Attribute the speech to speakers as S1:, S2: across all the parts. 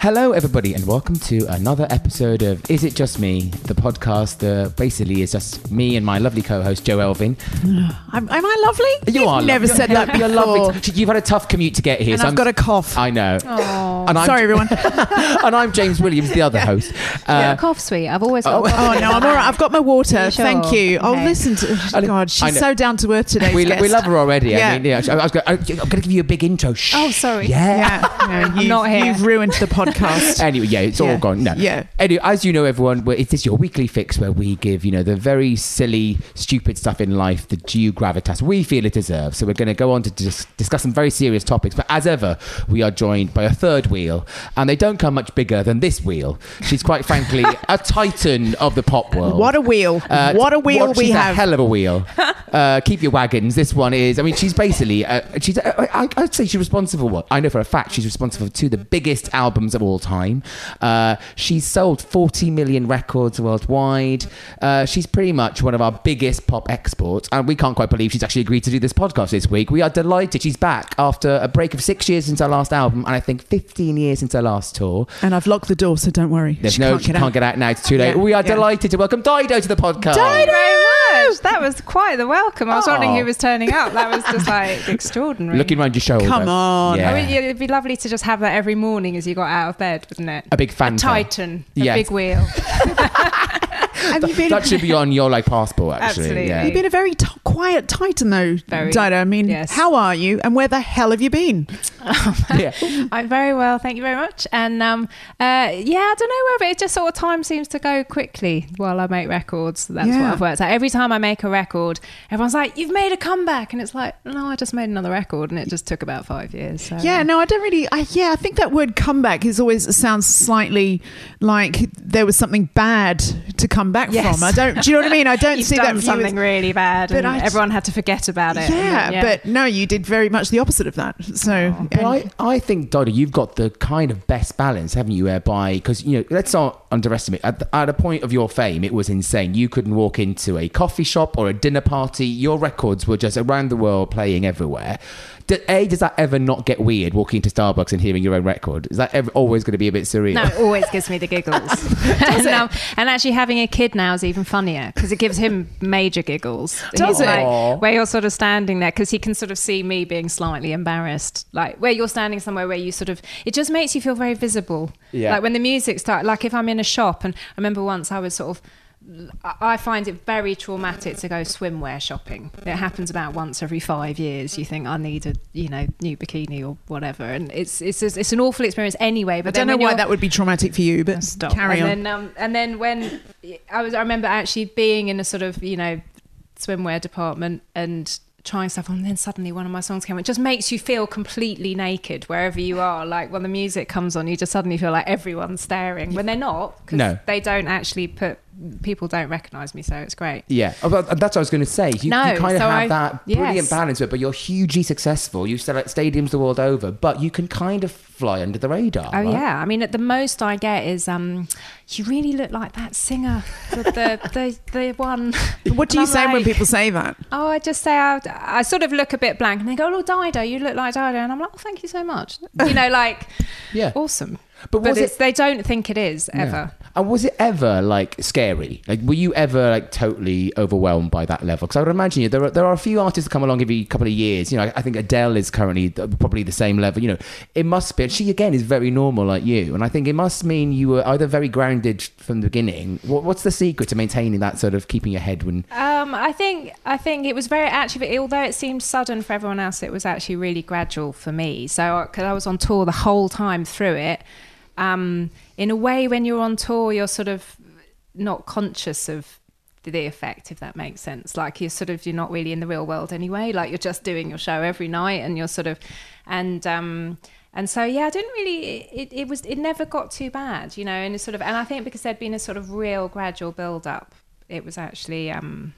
S1: Hello, everybody, and welcome to another episode of Is It Just Me, the podcast that basically is just me and my lovely co host, Joe Elvin.
S2: Am, am I lovely?
S1: You
S2: You've
S1: are
S2: never
S1: lovely.
S2: said that
S1: You're
S2: before.
S1: lovely. She- You've had a tough commute to get here.
S2: And I've got a cough.
S1: I know. And I'm,
S2: Sorry, everyone.
S1: and I'm James Williams, the other host.
S3: Yeah,
S1: Uh,
S3: cough sweet. I've always got.
S1: oh.
S3: a cough
S2: Oh
S3: sweet.
S2: no, I'm all right. I've got my water.
S3: You sure?
S2: Thank you. Oh,
S3: Okay.
S2: listen to
S1: I know-
S2: God.
S1: I know.
S2: She's so down to earth today.
S1: we, we love her already.
S2: Yeah.
S1: I mean, yeah, I was going, I'm going to give you a big intro. Shh.
S3: Oh, sorry.
S1: Yeah.
S2: Yeah, no,
S3: I'm
S2: you've,
S3: not here.
S2: you've ruined the podcast.
S1: Anyway, yeah, it's all
S2: Yeah.
S1: gone. No.
S2: Yeah.
S1: Anyway, as you know, everyone, well, it's this your weekly fix where we give, you know, the very silly, stupid stuff in life the due gravitas we feel it deserves. So we're going to go on to dis- discuss some very serious topics. But as ever, we are joined by a third wheel, and they don't come much bigger than this wheel. She's quite frankly a titan of the pop world.
S2: What a wheel.
S1: Uh,
S2: what a wheel we
S1: she's
S2: have.
S1: A hell of a wheel. uh, keep your wagons. This one is. I mean, she's basically. Uh, she's. Uh, I, I'd say she's responsible. What I know for a fact, she's responsible for two of the biggest albums of all time. Uh, she's sold 40 million records worldwide. Uh, she's pretty much one of our biggest pop exports, and we can't quite believe she's actually agreed to do this podcast this week. We are delighted she's back after a break of six years since her last album, and I think 15 years since her last tour.
S2: and I've locked the door, so don't worry.
S1: There's
S2: she
S1: no.
S2: can't
S1: she
S2: get
S1: can't
S2: out.
S1: get out now. It's too late.
S2: Yeah,
S1: we are
S2: yeah.
S1: delighted to welcome Dido to the podcast.
S2: Dido!
S3: Very much. That was quite the welcome. I was wondering
S1: Oh.
S3: who was turning up. That was just like extraordinary.
S1: Looking round your shoulder.
S2: Come on.
S1: Yeah.
S3: I mean, yeah, it'd be lovely to just have that every morning as you got out of bed, wouldn't it?
S1: A big fan.
S3: Titan, a
S1: Yes.
S3: big wheel.
S2: Have you been?
S1: That should be on your like passport, actually.
S3: Absolutely.
S1: Yeah.
S2: You've been a very t- quiet titan, though,
S3: Very,
S2: Dido. I mean,
S3: yes.
S2: how are you? And where the hell have you been?
S1: Yeah.
S3: I'm very well, thank you very much. And um, uh, yeah, I don't know whether it just sort of time seems to go quickly while I make records. That's
S2: Yeah.
S3: what I've worked out. Every time I make a record, everyone's like, "You've made a comeback," and it's like, "No, I just made another record," and it just took about five years. So.
S2: Yeah, no, I don't really. I, yeah, I think that word comeback is always sounds slightly like there was something bad to come back
S3: Yes.
S2: from. I don't. Do you know what I mean? I don't
S3: You've
S2: see
S3: done
S2: that view as-
S3: something really bad,
S2: But
S3: and
S2: I just-
S3: everyone had to forget about it. and
S2: Yeah,
S3: then-
S2: but no, you did very much the opposite of that. So,
S1: But
S3: Oh.
S2: and-
S1: I, I think, Doddy, you've got the kind of best balance, haven't you? Whereby, because, you know, let's not underestimate. At the, at a point of your fame, it was insane. You couldn't walk into a coffee shop or a dinner party. Your records were just around the world playing everywhere. Do, a, does that ever not get weird walking into Starbucks and hearing your own record? Is that ever, always going to be a bit surreal?
S3: No, it always gives me the giggles. and, um, and actually, having a kid now is even funnier because it gives him major giggles.
S2: Does
S3: He's
S2: it?
S1: Aw.
S3: Like, where you're sort of standing there because he can sort of see me being slightly embarrassed. Like where you're standing somewhere where you sort of, it just makes you feel very visible.
S1: Yeah.
S3: Like when the music starts, like if I'm in a shop and I remember once I was sort of. I I find it very traumatic to go swimwear shopping. It happens about once every five years. You think I need a you know new bikini or whatever, and it's it's it's an awful experience anyway. But
S2: I don't know why that would be traumatic for you, but
S3: Stop.
S2: carry
S3: and
S2: on.
S3: Then, um, and then when I was, I remember actually being in a sort of you know swimwear department and trying stuff on. And then suddenly one of my songs came on. It just makes you feel completely naked wherever you are. Like when the music comes on, you just suddenly feel like everyone's staring when they're not. 'cause
S1: No.
S3: they don't actually put people don't recognise me, so it's great.
S1: Yeah, Oh, but that's what I was going to say. You,
S3: No,
S1: you kind of
S3: so
S1: have
S3: I-
S1: that brilliant
S3: yes.
S1: balance, but but you're hugely successful. You sell at stadiums the world over, but you can kind of fly under the radar.
S3: Oh
S1: right?
S3: yeah, I mean, at the most I get is, um, you really look like that singer, the the, the, the one.
S2: What do
S3: And
S2: you
S3: I'm
S2: say when
S3: like,
S2: people say that?
S3: Oh, I just say I, I sort of look a bit blank, and they go, "Oh, Dido, you look like Dido," and I'm like, "Oh, thank you so much." You know, like,
S1: Yeah.
S3: awesome.
S1: But
S3: But,
S1: was
S3: it's,
S1: it-
S3: they don't think it is ever.
S1: And was it ever like scary? Like, were you ever like totally overwhelmed by that level? Because I would imagine you, there are, there are a few artists that come along every couple of years. You know, I, I think Adele is currently th- probably the same level. You know, it must be. And she again is very normal like you, and I think it must mean you were either very grounded from the beginning. What, what's the secret to maintaining that sort of keeping your head when?
S3: Um, I think I think it was very actually, although it seemed sudden for everyone else, it was actually really gradual for me. So because I was on tour the whole time through it, um, in a way, when you're on tour, you're sort of not conscious of the effect, if that makes sense. Like you're sort of you're not really in the real world anyway. Like you're just doing your show every night, and you're sort of and um, and so yeah, I didn't really. It, it was it never got too bad, you know. And it's sort of and I think because there'd been a sort of real gradual build up, it was actually. Um,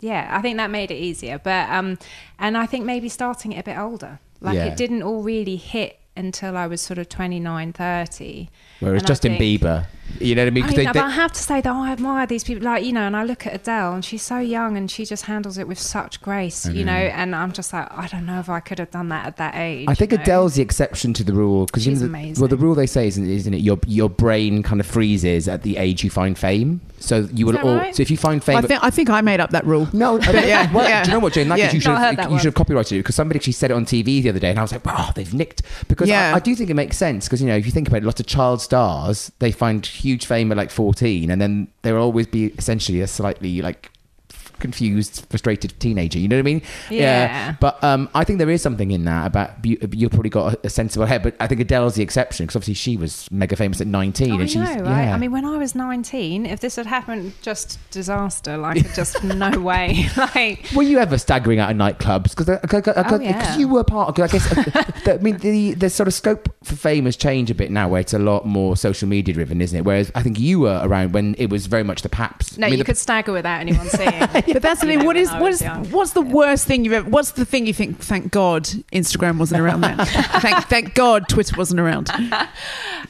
S3: yeah, I think that made it easier. But um, and I think maybe starting it a bit older, like
S1: Yeah.
S3: it didn't all really hit until I was sort of 29, 30.
S1: Whereas
S3: And I
S1: Justin
S3: think-
S1: Bieber, you know what I mean?
S3: I,
S1: 'Cause
S3: mean,
S1: they-
S3: but
S1: they-
S3: I have to say that I admire these people. Like you know, and I look at Adele, and she's so young, and she just handles it with such grace. You know, and I'm just like, I don't know if I could have done that at that age.
S1: I think
S3: you know?
S1: Adele's the exception to the rule because you know,
S3: She's
S1: the- well, the
S3: amazing.
S1: rule they say isn't, isn't it? Your your brain kind of freezes at the age you find fame, so you will
S3: that
S1: all.
S3: right?
S1: So if you find fame,
S2: I think, I think I made up that rule.
S1: no, I mean,
S2: yeah,
S1: well,
S2: yeah.
S1: do you know what, Jane? That
S2: Yeah.
S1: is you should
S3: No, I heard
S1: have,
S3: that
S1: you
S3: one.
S1: should have copyrighted it because somebody actually said it on TV the other day, and I was like, wow, they've nicked because
S2: Yeah.
S1: I, I do think it makes sense because you know if you think about it, lots of child stars they find huge fame at like fourteen, and then there will always be essentially a slightly like f- confused, frustrated teenager. You know what I mean?
S3: Yeah.
S1: But um, I think there is something in that about you, you've probably got a, a sensible head, but I think Adele's the exception because obviously she was mega famous at 19.
S3: Oh, I
S1: and she's,
S3: know, right?
S1: yeah.
S3: I mean, when I was 19, if this had happened, just disaster. Like, just no way. Like,
S1: were you ever staggering out of nightclubs? uh, Because
S3: Oh, yeah.
S1: you were part of, 'cause I guess, uh, the, I mean, the, the sort of scope for fame has changed a bit now where it's a lot more social media driven, isn't it? Whereas I think you were around when it was very much the paps.
S3: no,
S1: I mean,
S3: you
S1: the-
S3: could stagger without anyone seeing.
S2: But that's the
S3: You
S2: thing.
S3: know,
S2: What
S3: when
S2: is
S3: I
S2: what
S3: was
S2: is
S3: young.
S2: what's the worst thing you've ever? What's the thing you think? Thank God Instagram wasn't around then. thank thank God Twitter wasn't around.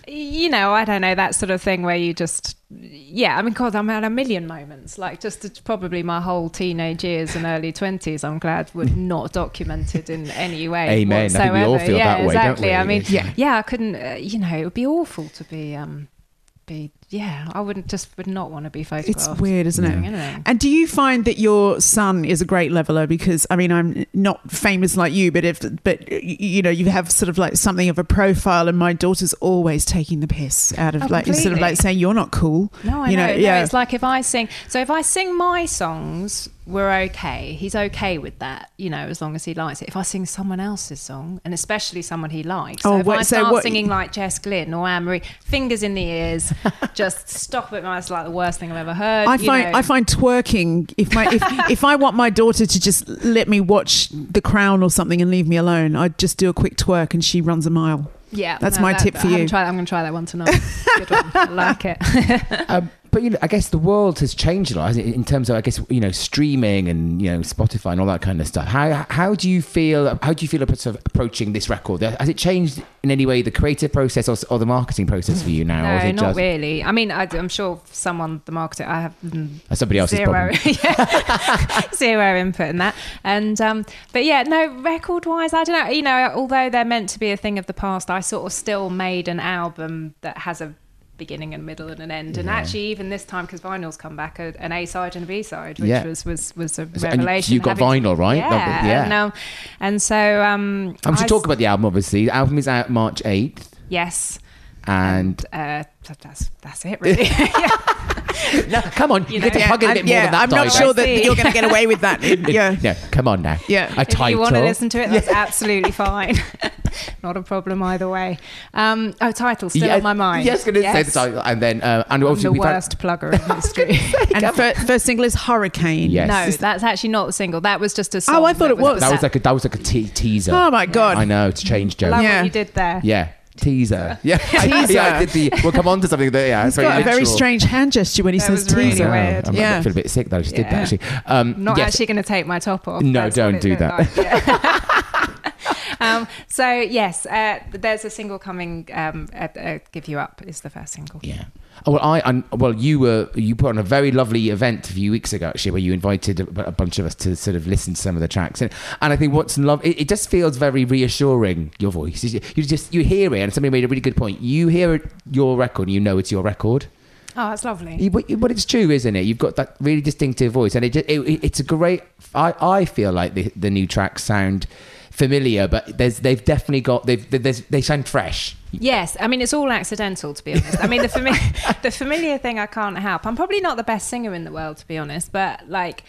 S3: you know, I don't know that sort of thing where you just, yeah. I mean, God, I'm at a million moments. Like, just probably my whole teenage years and early twenties. I'm glad were not documented in any way.
S1: Amen. I think we
S3: Whatsoever.
S1: all feel
S3: yeah,
S1: that way, don't
S3: exactly.
S1: we?
S3: I mean,
S1: Yeah.
S3: yeah, I couldn't. Uh, you know, it would be awful to be, um, be. Yeah, I wouldn't just would not want to be
S2: It's
S3: photographed.
S2: weird, isn't
S3: doing
S2: it?
S3: anything.
S2: And do you find that your son is a great leveler? Because I mean, I'm not famous like you, but if but y- you know, you have sort of like something of a profile, and my daughter's always taking the piss out of
S3: Oh,
S2: like sort of
S3: completely.
S2: like saying you're not cool.
S3: No, I
S2: you
S3: know. no, it's like if I sing. So if I sing my songs, we're okay. He's okay with that, you know, as long as he likes it. If I sing someone else's song, and especially someone he likes,
S2: Oh,
S3: so if
S2: what-
S3: I
S2: so
S3: start
S2: what-
S3: singing like Jess Glynn or Anne Marie, fingers in the ears, just stop it. man, It's like the worst thing I've ever heard.
S2: I
S3: you
S2: find
S3: know.
S2: I find twerking if my if, if I want my daughter to just let me watch The Crown or something and leave me alone, I'd just do a quick twerk and she runs a mile.
S3: yeah,
S2: that's my tip for
S3: I haven't
S2: you.
S3: tried- I'm going to try that one tonight. Good one. I like it.
S1: um, but you know, I guess the world has changed a lot hasn't it, in terms of, I guess, you know, streaming and you know, Spotify and all that kind of stuff. How how do you feel? How do you feel about sort of approaching this record? Uh, Has it changed in any way the creative process or, s- or the marketing process for you now? or is
S3: No,
S1: it
S3: not
S1: just-
S3: really. I mean, I, am sure someone, the marketer, I have mm,
S1: That's somebody else's
S3: zero,
S1: problem.
S3: yeah, zero input in that. And um, but yeah, no, record wise, I don't know. You know, although they're meant to be a thing of the past, I sort of still made an album that has a beginning and middle and an end. And actually, even this time, because vinyl's come back, a, an A side and a B side, which
S1: Yeah.
S3: was was was a
S1: you-
S3: revelation.
S1: you got
S3: having-
S1: vinyl, right?
S3: Yeah,
S1: Yeah.
S3: And, um, and so um,
S1: I'm
S3: I
S1: to
S3: s-
S1: talk about the album, obviously. The album is out March 8th.
S3: yes.
S1: And
S3: uh, th- that's that's it really. yeah.
S1: no, come on, you,
S3: You
S1: get
S3: know,
S1: to hug it a bit
S2: yeah,
S1: more than that.
S2: I'm not
S1: Dido.
S2: sure that
S3: See.
S2: you're going to get away with that. yeah.
S1: No, come on now.
S2: Yeah.
S1: a
S2: If
S1: title.
S3: If you want to listen to it, that's absolutely fine. Not a problem either way. Um, oh, title still
S1: Yeah,
S3: on my mind.
S1: Yes, going to say the title, and then uh, and
S3: I'm
S1: also
S3: the
S1: we've had-
S3: worst plugger in history.
S2: And fir- first single is Hurricane.
S1: Yes.
S3: no, that's actually not a single. That was just a song.
S2: Oh, I thought it was.
S1: that was like a that was like a te- teaser.
S2: Oh my God.
S1: I know to change Joe.
S3: Love
S1: Yeah.
S2: Yeah.
S3: what you did there.
S1: teaser. Yeah,
S2: Teaser.
S1: yeah, I did the, we'll come on to something that yeah.
S2: He's
S1: it's
S2: got a very
S1: literal.
S2: strange hand gesture when he
S3: That
S2: says
S3: was really
S2: teaser.
S1: Oh,
S3: weird.
S1: I might
S2: Yeah.
S1: feel a bit sick though. I just did
S3: Yeah.
S1: that actually. Um,
S3: not
S1: yes.
S3: actually going to take my top off.
S1: No,
S3: what
S1: don't
S3: it
S1: do
S3: looked
S1: that.
S3: like, yeah. um, so yes, uh, there's a single coming. Um, uh, uh, Give you up is the first single.
S1: Yeah. Oh, well, I, I well, you were you put on a very lovely event a few weeks ago actually, where you invited a, a bunch of us to sort of listen to some of the tracks, and, and I think what's love, it, it just feels very reassuring. Your voice, you you just you hear it, and somebody made a really good point. You hear it, your record, you know it's your record.
S3: Oh, that's lovely.
S1: You- But, you- but it's true, isn't it? You've got that really distinctive voice, and it, ju- it, it it's a great. I, I feel like the, the new tracks sound familiar, but there's they've definitely got they've, there's, they sound fresh.
S3: Yes, I mean it's all accidental to be honest. I mean the fami- the familiar thing I can't help. I'm probably not the best singer in the world to be honest, but like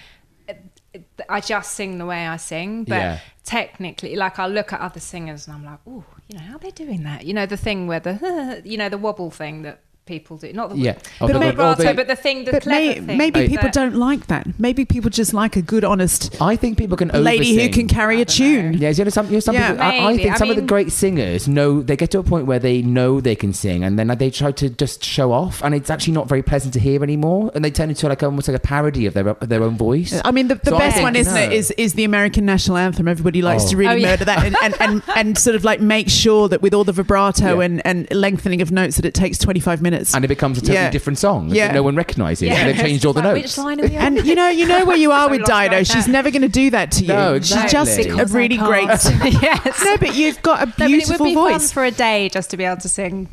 S3: it- it- I just sing the way I sing. But
S1: Yeah.
S3: technically, like I look at other singers and I'm like, oh, you know how they're doing that. You know the thing where the you know the wobble thing that people do, not the
S1: Yeah.
S2: Oh,
S1: Or
S3: but
S1: the- or
S3: vibrato,
S1: the-
S3: but the thing, the
S2: But
S3: clever
S2: may,
S3: thing.
S2: maybe people
S3: that-
S2: don't like that. Maybe people just like a good, honest
S1: I think people can
S2: lady who
S1: oversing.
S2: can carry a tune.
S1: Yeah, you know, some, you know, some
S2: Yeah.
S1: people, I, I
S3: Maybe.
S1: think
S3: I
S1: some of the
S3: mean-
S1: great singers know they get to a point where they know they can sing, and then like, they try to just show off, and it's actually not very pleasant to hear anymore, and they turn into like almost like a parody of their their own voice.
S2: I mean, the, the
S1: So I
S2: best
S1: think,
S2: one, isn't it,
S1: no.
S2: is is the American national anthem. Everybody likes
S1: Oh.
S2: to
S3: Oh,
S2: really
S3: yeah.
S2: murder that and, and, and, and sort of like make sure that with all the vibrato
S1: Yeah.
S2: and, and lengthening of notes that it takes 25 minutes.
S1: and it becomes a totally
S2: Yeah.
S1: different song
S2: Yeah.
S1: that no one recognises, and they've changed all the
S3: Like,
S1: notes.
S3: Which line are we on?
S2: And you know, you know where you are
S3: So
S2: with
S3: lost
S2: Dido.
S3: right
S2: She's
S3: there.
S2: never going to do that to you.
S1: No,
S2: She's
S1: exactly.
S2: just a
S3: Because I
S2: really
S3: can't.
S2: great.
S3: yes.
S2: no, but you've got a
S3: No, but it would
S2: beautiful
S3: be fun
S2: voice.
S3: for a day just to be able to sing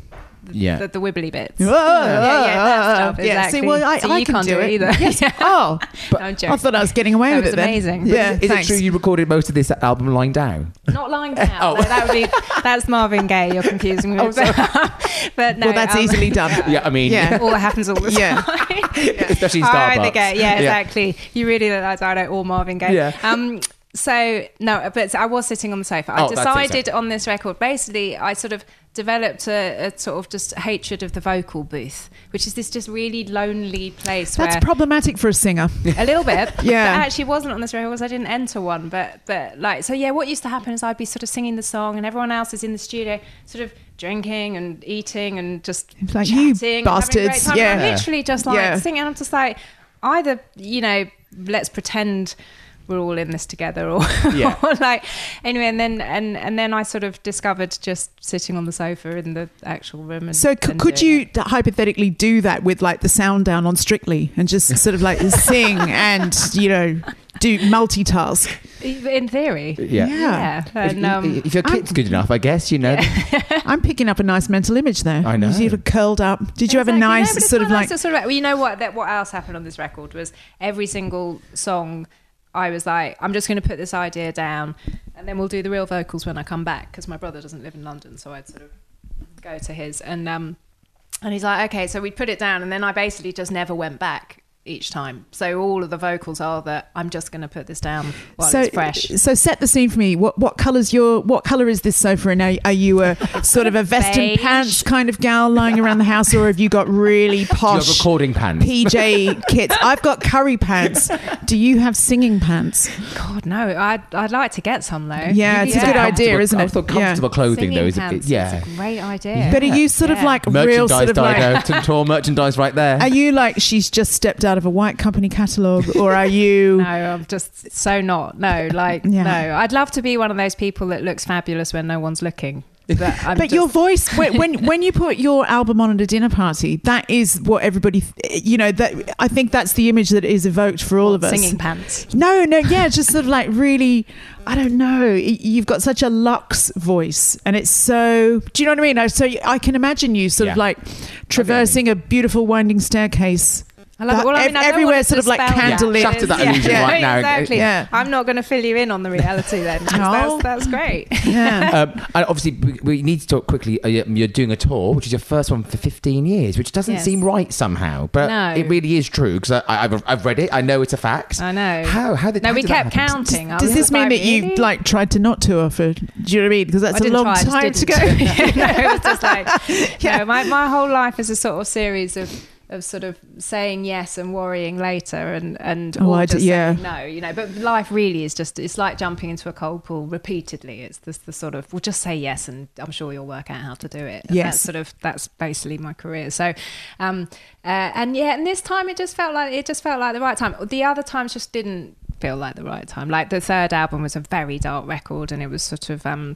S1: Yeah.
S3: the, the wibbly bits.
S2: Oh,
S3: yeah, yeah, that
S2: oh,
S3: stuff,
S2: oh, yeah.
S3: exactly.
S2: See, well, I,
S3: So
S2: I
S3: you
S2: can
S3: can't do it either.
S2: Yes.
S3: Yeah.
S2: Oh,
S3: No, I'm
S2: I
S3: joking.
S2: thought I was getting away
S3: That
S2: with
S3: was
S2: it. then.
S3: amazing. But
S2: Yeah,
S1: is it
S2: thanks.
S1: true you recorded most of this album lying down?
S3: Not lying down.
S1: Oh.
S3: No, that would be that's Marvin Gaye. You're confusing me. with but, but no,
S2: well, that's
S3: um,
S2: easily done.
S1: Yeah, I mean,
S2: Yeah.
S3: All that happens all the
S2: Yeah.
S3: time.
S1: especially in
S3: I
S1: Starbucks.
S3: either get yeah,
S1: Yeah.
S3: exactly. You really look like Dido or Marvin Gaye.
S1: Yeah.
S3: Um, so no, but I was sitting on the sofa. I
S1: Oh, that's it, sorry.
S3: decided on this record. Basically, I sort of developed a, a sort of just hatred of the vocal booth, which is this just really lonely place
S2: That's
S3: where
S2: problematic for a singer.
S3: a little bit.
S2: Yeah.
S3: But actually wasn't on this record because I didn't enter one. But but like so yeah, what used to happen is I'd be sort of singing the song and everyone else is in the studio sort of drinking and eating and just
S2: It's like,
S3: chatting
S2: "You
S3: and having a
S2: bastards."
S3: great time. And I'm
S1: Yeah.
S3: literally just like
S2: Yeah.
S3: singing and I'm just like either, you know, let's pretend we're all in this together or,
S1: Yeah.
S3: or like anyway and then and and then I sort of discovered just sitting on the sofa in the actual room and
S2: So c-
S3: and
S2: could
S3: doing
S2: you d- hypothetically do that with like the sound down on Strictly and just sort of like sing and you know do multitask?
S3: it. in theory
S1: Yeah.
S3: yeah,
S1: If,
S3: and um,
S1: if- if your kid's good enough, I guess you know.
S2: I'm picking up a nice mental image there.
S1: I know.
S2: You sort of curled up. Did you have a
S3: Exactly. No,
S2: nice
S3: but it's
S2: sort
S3: quite
S2: of like?
S3: nice to sort of- well, you know what that what else happened on this record was every single song I was like I'm just going to put this idea down and then we'll do the real vocals when I come back because my brother doesn't live in London so I'd sort of go to his and um and he's like okay so we put it down and then I basically just never went back each time so all of the vocals are that I'm just going to put this down while
S2: so
S3: it's fresh
S2: So set the scene for me. What what colors your what color is this sofa? And are, are you a sort of a vest and
S3: Beige.
S2: pants kind of gal lying around the house, or have you got really
S1: Your
S2: posh
S1: recording pants.
S2: PJ kits? I've got curry pants. Do you have singing pants?
S3: god no I'd, I'd like to get some though
S2: Yeah, it's a good
S1: Comfortable-
S2: idea, isn't
S1: I
S2: it?
S1: thought
S2: Yeah.
S1: comfortable clothing
S3: Singing
S1: though is a
S3: pants
S1: bit,
S3: is
S1: yeah.
S3: a great idea
S2: But are you sort of
S3: Yeah.
S2: like real
S1: Merchandise,
S2: sort of like?
S1: Dido, tour merchandise right there.
S2: Are you like she's just stepped out of a white company catalog, or are you?
S3: No, I'm just so not. No, like
S2: Yeah.
S3: no. I'd love to be one of those people that looks fabulous when no one's looking. But, I'm
S2: But
S3: just-
S2: your voice when, when when you put your album on at a dinner party, that is what everybody, th- you know. That I think that's the image that is evoked for all of us.
S3: singing pants.
S2: No, no, yeah, just sort of like really, I don't know. y- You've got such a luxe voice, and it's so. Do you know what I mean? I- So y- I can imagine you sort of
S1: Yeah.
S2: like traversing a beautiful winding staircase.
S3: I love
S2: That-
S3: it. Well, I
S2: ev-
S3: mean, I don't
S2: everywhere
S3: want it
S2: sort
S3: to
S2: of like
S3: spell
S1: Yeah,
S2: candlelit.
S1: shut to that illusion
S2: Yeah.
S1: right now.
S3: Exactly.
S2: Yeah.
S3: I'm not going to fill you in on the reality then. 'cause
S2: No.
S3: That's, that's great.
S2: Yeah.
S1: um, and obviously, we, we need to talk quickly. Uh, You're doing a tour, which is your first one for 15 years, which doesn't
S3: Yes.
S1: seem right somehow, but
S3: No.
S1: it really is true because I've, I've read it. I know it's a fact.
S3: I know.
S1: How? How did?
S3: No,
S1: how
S3: we
S1: did that
S3: kept
S1: happen?
S3: counting. I
S2: Does
S3: was
S2: this
S3: just
S2: mean
S3: like,
S2: that you
S3: really?
S2: like tried to not tour for? Do you know what I mean? Because
S3: I
S2: that's a
S3: didn't
S2: long
S3: try, I just
S2: time to go.
S3: didn't. no, it was just like, yeah. my, my whole life is a sort of series of of sort of saying yes and worrying later and and
S2: Oh,
S3: or
S2: I d-
S3: just
S2: yeah.
S3: saying no you know but life really is just it's like jumping into a cold pool repeatedly it's this the sort of well just say yes and i'm sure you'll work out how to do it And
S2: Yes.
S3: that's sort of that's basically my career so um uh, and yeah and this time it just felt like it just felt like the right time the other times just didn't feel like the right time like the third album was a very dark record and it was sort of um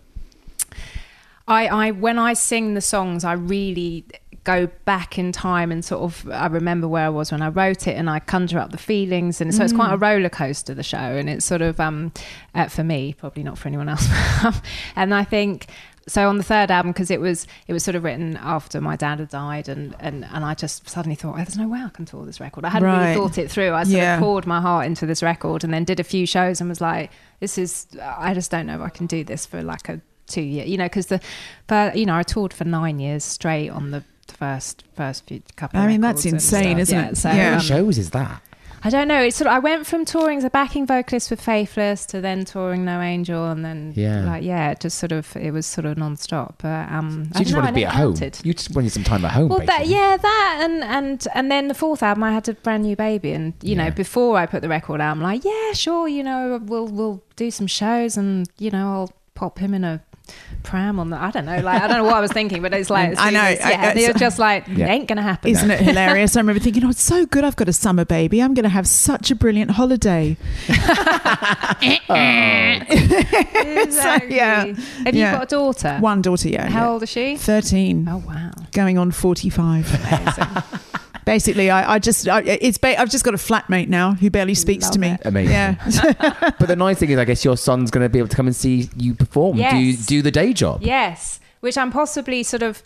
S3: I, I when I sing the songs, I really go back in time and sort of I remember where I was when I wrote it, and I conjure up the feelings, and so it's quite a roller coaster the show, and it's sort of um, uh, for me probably not for anyone else, and I think. So on the third album, because it was it was sort of written after my dad had died, and, and, and I just suddenly thought, oh, there's no way I can tour this record. I hadn't
S2: Right.
S3: really thought it through. I sort
S2: Yeah.
S3: of poured my heart into this record, and then did a few shows, and was like, this is I just don't know if I can do this for like a two year you know because the but you know i toured for nine years straight on the first first few couple
S2: I
S3: of
S2: mean, that's
S3: records and
S2: insane,
S3: stuff.
S2: isn't
S3: Yeah,
S2: it?
S3: so,
S2: Yeah.
S1: What
S3: um,
S1: shows is that?
S3: i don't know it's sort of i went from touring as a backing vocalist with faithless to then touring no angel and then
S1: Yeah.
S3: like yeah it just sort of it was sort of non-stop but um
S1: So you just
S3: want
S1: wanted to be at home. You just wanted some time at home.
S3: well, that
S1: basically.
S3: yeah, that and and and then the fourth album, I had a brand new baby, and you know, before I put the record out, I'm like, yeah, sure, you know, we'll we'll do some shows, and you know, I'll pop him in a pram on the. I don't know, like I don't know what I was thinking, but it's like
S2: I know,
S3: it's-
S2: I-
S3: yeah,
S2: I-
S3: they're just like
S1: Yeah.
S3: ain't gonna happen.
S2: Isn't it hilarious? I remember thinking, oh, it's so good. I've got a summer baby. I'm going to have such a brilliant holiday.
S3: Exactly.
S2: yeah.
S3: Have
S2: Yeah.
S3: you got a daughter?
S2: One daughter, yeah.
S3: How
S2: yeah.
S3: old is she?
S2: 13.
S3: Oh wow.
S2: Going on 45.
S3: Amazing.
S2: Basically, I, I just, I, it's, ba- I've just got a flatmate now who barely speaks
S3: Love
S2: to me.
S3: it.
S1: Amazing.
S2: Yeah.
S1: But the nice thing is, I guess your son's going to be able to come and see you perform.
S3: Yes.
S1: Do do the day job.
S3: Yes, which I'm possibly sort of.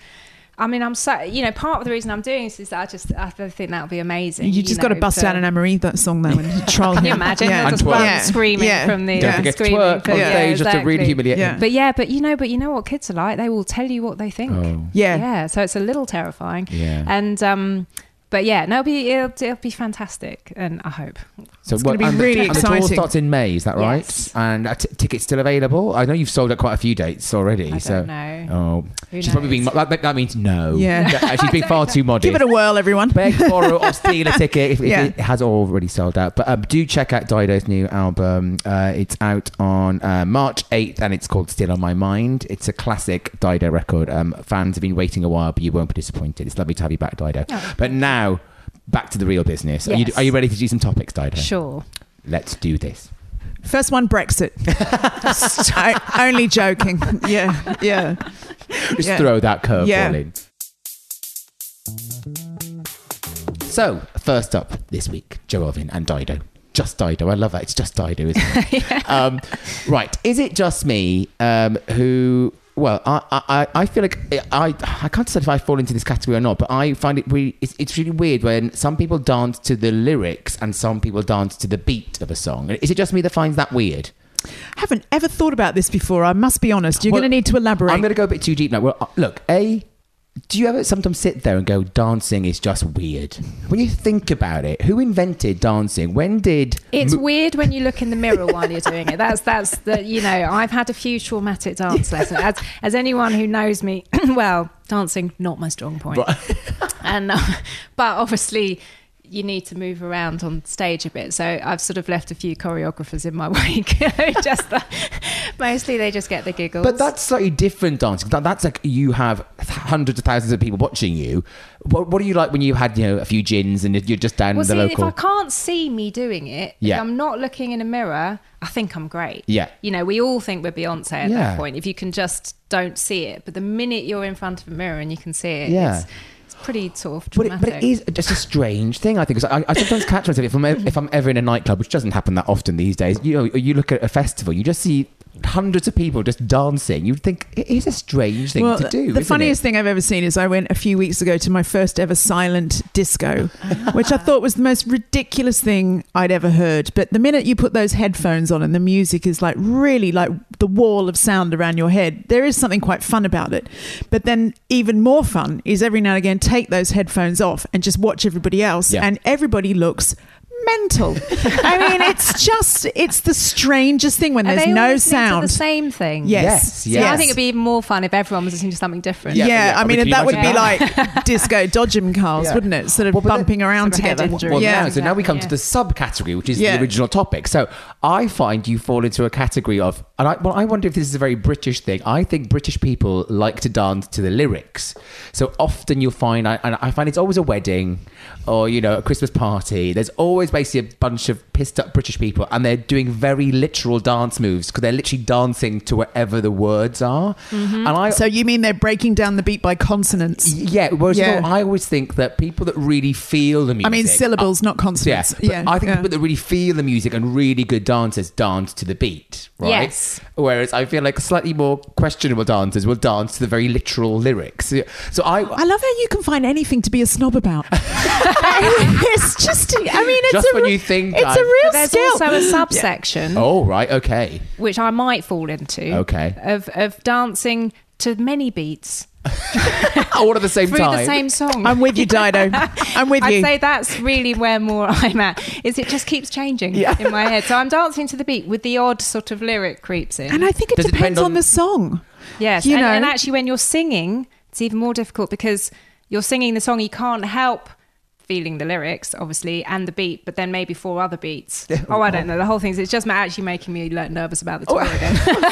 S3: I mean, I'm so you know. Part of the reason I'm doing this is that I just I think that'll be amazing.
S2: you just got to
S3: know,
S2: bust out an Anne-Marie that song, though, and troll
S3: Can
S2: him.
S3: you imagine?
S2: Yeah.
S3: They'll just
S1: And
S3: run
S1: twerk.
S3: screaming
S2: Yeah.
S3: from the
S1: Don't
S3: uh,
S1: forget to
S3: screaming
S1: twerk
S3: from-
S1: on
S3: yeah,
S1: stage just to
S3: exactly.
S1: really humiliate
S2: Yeah.
S1: them.
S3: But yeah, but you know, but you know what kids are like. They will tell you what they think.
S1: Oh.
S2: Yeah.
S3: yeah. So it's a little terrifying.
S1: Yeah.
S3: And um, but yeah, no, it'll be it'll, it'll be fantastic, and I hope.
S1: So
S2: It's gonna be
S1: and
S2: really
S1: the, And the tour
S2: exciting.
S1: starts in May, is that right?
S3: Yes.
S1: And are t- tickets still available? I know you've sold out quite a few dates already.
S3: I
S1: so
S3: don't know.
S1: oh,
S3: Who
S1: she's probably being
S3: knows?
S1: that, that means no.
S2: Yeah.
S1: That- uh, she's being far too modest.
S2: Give it a whirl, everyone.
S1: Beg, borrow, or steal a ticket if, if
S2: Yeah.
S1: it has already sold out. But um, do check out Dido's new album. Uh, it's out on uh, March 8th and it's called Still on My Mind. It's a classic Dido record. Um, fans have been waiting a while, but you won't be disappointed. It's lovely to have you back,
S2: Oh,
S1: Dido. but now, back to the real business. Are, you,
S3: Yes.
S1: are you ready to do some topics, Dido?
S3: Sure.
S1: Let's do this.
S2: First one, Brexit. I, only joking. Yeah, yeah.
S1: Just
S2: Yeah.
S1: throw that curveball
S2: Yeah.
S1: in. So, first up this week, Joe Irvin and Dido. Just Dido. I love that. It's just Dido, isn't it? um, right. Is it just me um, who. Well, I, I, I feel like I, I can't decide if I fall into this category or not, but I find it really, it's, it's really weird when some people dance to the lyrics and some people dance to the beat of a song. Is it just me that finds that weird?
S2: Haven't ever thought about this before. I must be honest. You're
S1: Well,
S2: going to need to elaborate.
S1: I'm going to go a bit too deep now. Well, uh, look, A, do you ever sometimes sit there and go, dancing is just weird? When you think about it, who invented dancing? When did.
S3: It's
S1: mo-
S3: weird when you look in the mirror while you're doing it. That's that's the you know I've had a few traumatic dance lessons. As as anyone who knows me, well, dancing not my strong point. and um, but obviously you need to move around on stage a bit. So I've sort of left a few choreographers in my wake. just the, mostly they just get the giggles.
S1: But that's slightly different dancing. That, that's like you have hundreds of thousands of people watching you. What, what are you like when you had, you know, a few gins and you're just down
S3: well,
S1: in the
S3: see,
S1: local?
S3: if I can't see me doing it,
S1: Yeah.
S3: if I'm not looking in a mirror, I think I'm great.
S1: Yeah.
S3: You know, we all think we're Beyonce at
S1: Yeah.
S3: that point. If you can just don't see it, but the minute you're in front of a mirror and you can see it,
S1: Yeah.
S3: it's, it's pretty sort of
S1: But it,
S3: traumatic.
S1: but it is just a strange thing, I think. 'cause I, I sometimes catch myself if I'm, ev- if I'm ever in a nightclub, which doesn't happen that often these days. You know, you look at a festival, you just see hundreds of people just dancing. You'd think it is a strange thing to do.
S2: The
S1: isn't
S2: funniest
S1: it?
S2: thing I've ever seen is I went a few weeks ago to my first ever silent disco, which I thought was the most ridiculous thing I'd ever heard. But the minute you put those headphones on and the music is like really like the wall of sound around your head, there is something quite fun about it. But then even more fun is every now and again take those headphones off and just watch everybody else,
S1: Yeah.
S2: and everybody looks mental. I mean, it's just it's the strangest thing when
S3: Are
S2: there's
S3: they all
S2: no
S3: listening to
S2: sound.
S3: the same thing.
S2: Yes.
S1: Yes, yes.
S3: Yeah, I think it'd be even more fun if everyone was listening to something different.
S2: Yeah,
S1: Yeah, yeah,
S2: I
S1: probably.
S2: mean,
S1: Can you
S2: that would be
S1: imagine
S2: like disco dodgem cars,
S1: Yeah.
S2: wouldn't it? Sort of
S1: Well, but then-
S2: bumping around
S3: Sort of head
S2: together.
S3: injury.
S1: Well,
S2: yeah.
S1: now, so now we come to
S3: Yeah.
S1: the subcategory, which is
S2: Yeah.
S1: the original topic. So I find you fall into a category of, and I, well, I wonder if this is a very British thing. I think British people like to dance to the lyrics. So often you'll find, I, and I find it's always a wedding or, you know, a Christmas party. There's always basically a bunch of pissed up British people and they're doing very literal dance moves because they're literally dancing to whatever the words are. And I,
S2: Mm-hmm. So you mean they're breaking down the beat by consonants?
S1: yeah, whereas
S2: Yeah.
S1: I always think that people that really feel the music.
S2: I mean, syllables, not consonants.
S1: Yeah, but I think people that really feel the music and really good dancers dance to the beat, right?
S3: Yes.
S1: Whereas I feel like slightly more questionable dancers will dance to the very literal lyrics. So I,
S2: I love how you can find anything to be a snob about. it's just, I mean, it's
S1: Just
S2: a,
S1: when
S2: re-
S1: you think
S2: it's
S1: I've-
S2: a real
S3: But There's
S2: skill.
S3: also a subsection
S1: oh right, okay,
S3: which I might fall into.
S1: Okay.
S3: Of of dancing to many beats
S1: all at the same
S3: through
S1: time.
S3: the same song.
S2: I'm with you, Dido. I'm with
S3: I'd
S2: you.
S3: say that's really where more I'm at. Is it just keeps changing
S1: Yeah.
S3: in my head? So I'm dancing to the beat with the odd sort of lyric creeps in.
S2: and I think it
S1: Does it
S2: depends
S1: depend
S2: on,
S1: on-
S2: the song.
S3: yes,
S2: you
S3: and,
S2: know-
S3: and actually when you're singing, it's even more difficult because you're singing the song, you can't help feeling the lyrics, obviously, and the beat, but then maybe four other beats. Oh, I don't know. The whole thing's it's just actually making me like, nervous about the tour again.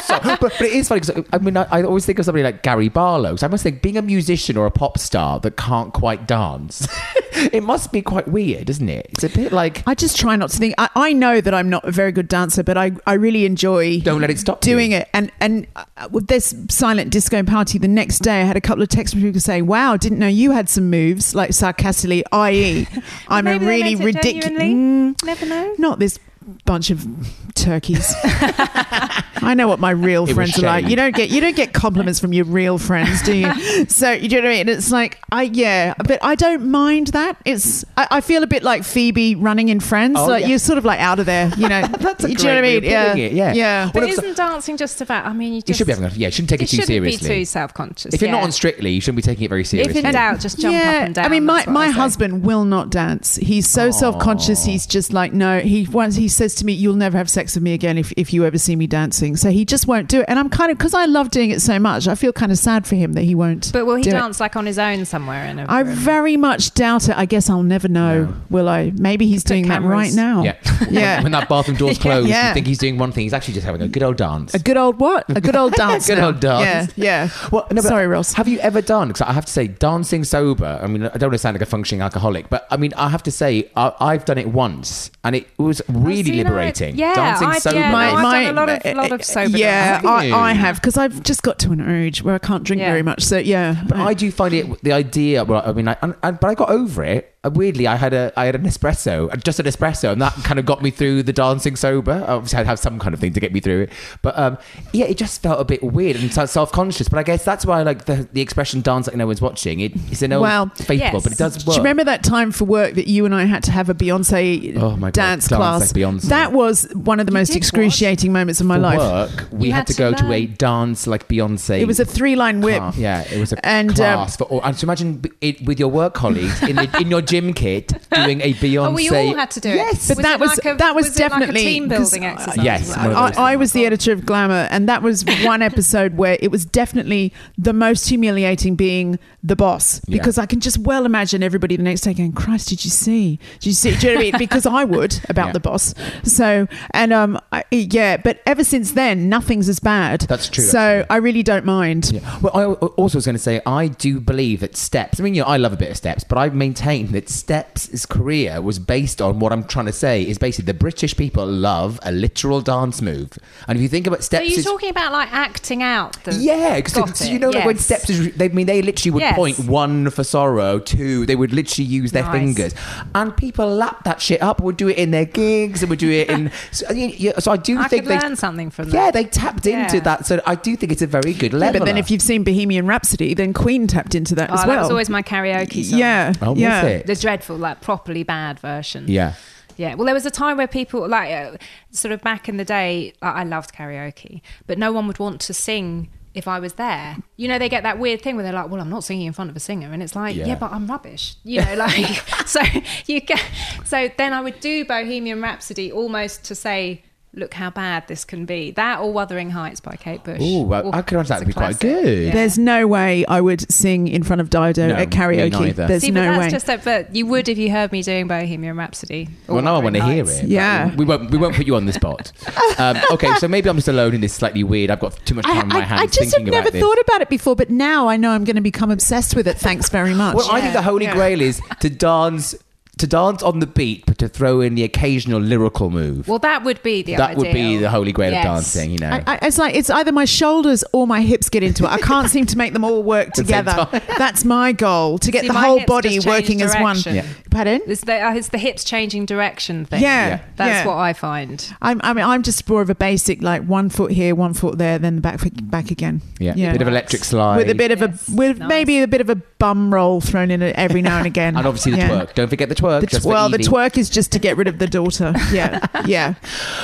S1: So- but, but it is funny because I mean I, I always think of somebody like Gary Barlow. So I must think being a musician or a pop star that can't quite dance, it must be quite weird, isn't it? It's a bit like
S2: I just try not to think. I, I know that I'm not a very good dancer, but I, I really enjoy
S1: Don't let it stop you.
S2: doing it. And and uh, with this silent disco party, the next day I had a couple of texts from people saying, "Wow, didn't know you had some moves." Like sarcastically, i.e., I'm a
S3: Maybe
S2: really
S3: they
S2: Mm.
S3: meant it
S2: ridiculous.
S3: genuinely. Never know.
S2: not this bunch of turkeys. I know what my real
S1: It was
S2: friends are like.
S1: shade.
S2: You don't get you don't get compliments from your real friends, do you? so you know what I mean. It's like I yeah, but I don't mind that. It's I, I feel a bit like Phoebe running in Friends.
S1: Oh,
S2: like
S1: yeah.
S2: you're sort of like out of there. You know.
S1: That's a
S2: you
S1: great way of putting it, yeah.
S2: Yeah.
S1: Well,
S3: But
S1: it's-
S3: isn't dancing just about? I mean, you, just,
S1: you should be having a yeah. You shouldn't take it, too
S3: shouldn't
S1: seriously.
S3: Be too self-conscious.
S1: if you're
S3: yeah.
S1: not on Strictly, you shouldn't be taking it very
S3: if
S1: seriously.
S3: in doubt, just jump up and down.
S2: I mean, my,
S3: that's what
S2: my
S3: I say.
S2: husband will not dance. He's so self conscious. He's just like, no, he once he says to me, you'll never have sex with me again if, if you ever see me dancing. So he just won't do it. And I'm kind of, because I love doing it so much, I feel kind of sad for him that he won't.
S3: But will he
S2: do it.
S3: dance like on his own somewhere? In a
S2: I
S3: room?
S2: very much doubt it. I guess I'll never know, will I? Maybe he's
S3: Put
S2: doing that
S3: cameras.
S2: right now.
S1: Yeah.
S2: Oh. Yeah.
S1: When that bathroom door's closed,
S2: Yeah.
S1: you think he's doing one thing. He's actually just having a good old dance.
S2: A good old what? A good old dance.
S1: Good
S2: now.
S1: old dance.
S2: Yeah. Yeah.
S1: Well, no, but
S2: Sorry, Ross.
S1: Have you ever done? Because I have to say, dancing sober. I mean, I don't want to sound like a functioning alcoholic, but I mean, I have to say, I, I've done it once, and it was really
S3: see, no,
S1: liberating.
S3: yeah,
S1: dancing
S3: I-
S1: sober.
S3: yeah, no, I've
S1: is-
S3: done a lot of- lot of sober
S2: Yeah,
S1: dancing. Have
S2: I,
S1: you?
S2: I have because I've just got to an age where I can't drink
S3: Yeah.
S2: very much. So yeah,
S1: but I do find it the idea. Well, I mean, I, and, and- but I got over it. And Weirdly, I had a I had an espresso, uh, just an espresso, and that kind of got me through the dancing sober. Obviously, I'd have some kind of thing to get me through it. But um, yeah, it just felt a bit weird and self conscious. But I guess that's why I like the the expression "dance like no one's watching." It, it's an old
S2: Well,
S1: faithful,
S3: yes.
S1: but it does work.
S2: Do you remember that time for work that you and I had to have a Beyonce
S1: Oh my God, dance
S2: dance class?
S1: like Beyonce.
S2: That was one of the most
S3: did what?
S2: excruciating moments of my
S1: for
S2: life.
S1: work, we
S3: You
S1: had,
S3: had
S1: to,
S3: to
S1: go to a
S3: learn.
S1: dance like Beyonce.
S2: It was a three-line whip.
S1: class. Yeah, it was a
S2: And, um,
S1: class for all. And so imagine b- it with your work colleagues in, the, in your gym kit doing a Beyonce.
S3: Oh, we all had to do it.
S1: Yes,
S2: But that
S3: it
S2: was-
S3: like a,
S2: that was
S3: it
S2: definitely-
S3: like a team
S2: 'cause,
S3: building
S2: uh,
S3: exercise.
S1: yes,
S3: as
S1: one of
S3: well.
S1: those
S2: I, I was the editor of Glamour, and that was one episode where it was definitely the most humiliating being the boss
S1: Yeah.
S2: because I can just well imagine everybody the next day going, Christ, did you see? Did you see? Do you know what I mean? Because I would about
S1: Yeah.
S2: the boss. So, and um, I, yeah, but ever since then, nothing's as bad.
S1: That's true,
S2: So I really don't mind.
S1: Yeah. Well, I al- also was going to say I do believe that steps. I mean, you know, I love a bit of steps, but I maintain that steps' career was based on what I'm trying to say is basically the British people love a literal dance move, and if you think about
S3: So
S1: steps,
S3: you're
S1: is-
S3: talking about like acting out. The,
S1: Yeah, because
S3: Got
S1: you know
S3: it,
S1: like when
S3: yes.
S1: steps is they I mean they literally would
S3: Yes.
S1: point one for sorrow, two they would literally use their
S3: Nice.
S1: fingers, and people lap that shit up. Would do it in their gigs and would do it in. so, I mean, yeah, so I do
S3: I
S1: think
S3: could
S1: they
S3: learn something from
S1: Yeah,
S3: that.
S1: they tapped into
S3: Yeah.
S1: that. So I do think it's a very good
S2: Yeah,
S1: level.
S2: but then if you've seen Bohemian Rhapsody, then Queen tapped into that
S3: Oh,
S2: as well.
S3: that was always my karaoke song.
S2: Yeah.
S1: Oh, was
S2: yeah.
S1: it?
S3: The dreadful, like properly bad version.
S1: yeah.
S3: Yeah. Well, there was a time where people, like, uh, sort of back in the day, I I loved karaoke, but no one would want to sing if I was there. You know, they get that weird thing where they're like, "Well, I'm not singing in front of a singer," and it's like, "Yeah,
S1: Yeah.
S3: but I'm rubbish." You know, like so you get so then I would do Bohemian Rhapsody almost to say. Look how bad this can be. That or Wuthering Heights by Kate Bush.
S1: Ooh, well, I could imagine that
S3: it's a
S1: would be quite
S3: classic.
S1: good.
S2: There's no way I would sing in front of Dido
S1: No,
S2: at
S1: me
S2: karaoke.
S1: neither.
S2: There's
S3: See, but
S2: no
S3: that's
S2: way.
S3: just that. But you would if you heard me doing Bohemian Rhapsody. or
S1: Well, now I want
S3: Wuthering
S1: to hear
S3: Heights.
S1: it. but
S2: Yeah.
S1: we won't. We won't put you on the spot. Um, okay, so maybe I'm just alone in this slightly weird. I've got too much time
S2: I,
S1: on my
S2: I,
S1: hands
S2: I just have
S1: thinking
S2: never
S1: about this.
S2: thought about it before, but now I know I'm going to become obsessed with it. Thanks very much.
S1: Well, I think the holy
S3: yeah.
S1: grail is to dance, to dance on the beat, but to throw in the occasional lyrical move.
S3: Well, that would be the
S1: that would be
S3: ideal.
S1: the holy grail
S3: Yes.
S1: of dancing. You know,
S2: I, I, it's like it's either my shoulders or my hips get into it. I can't seem to make them all work
S1: the same
S2: together.
S1: time.
S2: That's my goal to get
S3: See,
S2: the
S3: my
S2: whole
S3: hips
S2: body
S3: just change
S2: working as one.
S3: direction. Yeah.
S2: Pardon?
S3: It's the, uh, it's the hips changing direction thing.
S2: Yeah, Yeah.
S3: That's
S2: yeah.
S3: what I find.
S2: I'm, I mean, I'm just more of a basic, like one foot here, one foot there, then back back again.
S1: Mm. yeah, bit of electric slide.
S2: with a bit of
S3: Yes,
S2: a with
S3: nice.
S2: maybe a bit of a bum roll thrown in it every now and again,
S1: and obviously the
S2: Yeah.
S1: twerk. Don't forget the twerk.
S2: The
S1: just
S2: tw-
S1: for
S2: well, the
S1: Evie.
S2: twerk is just to get rid of the daughter. Yeah, yeah.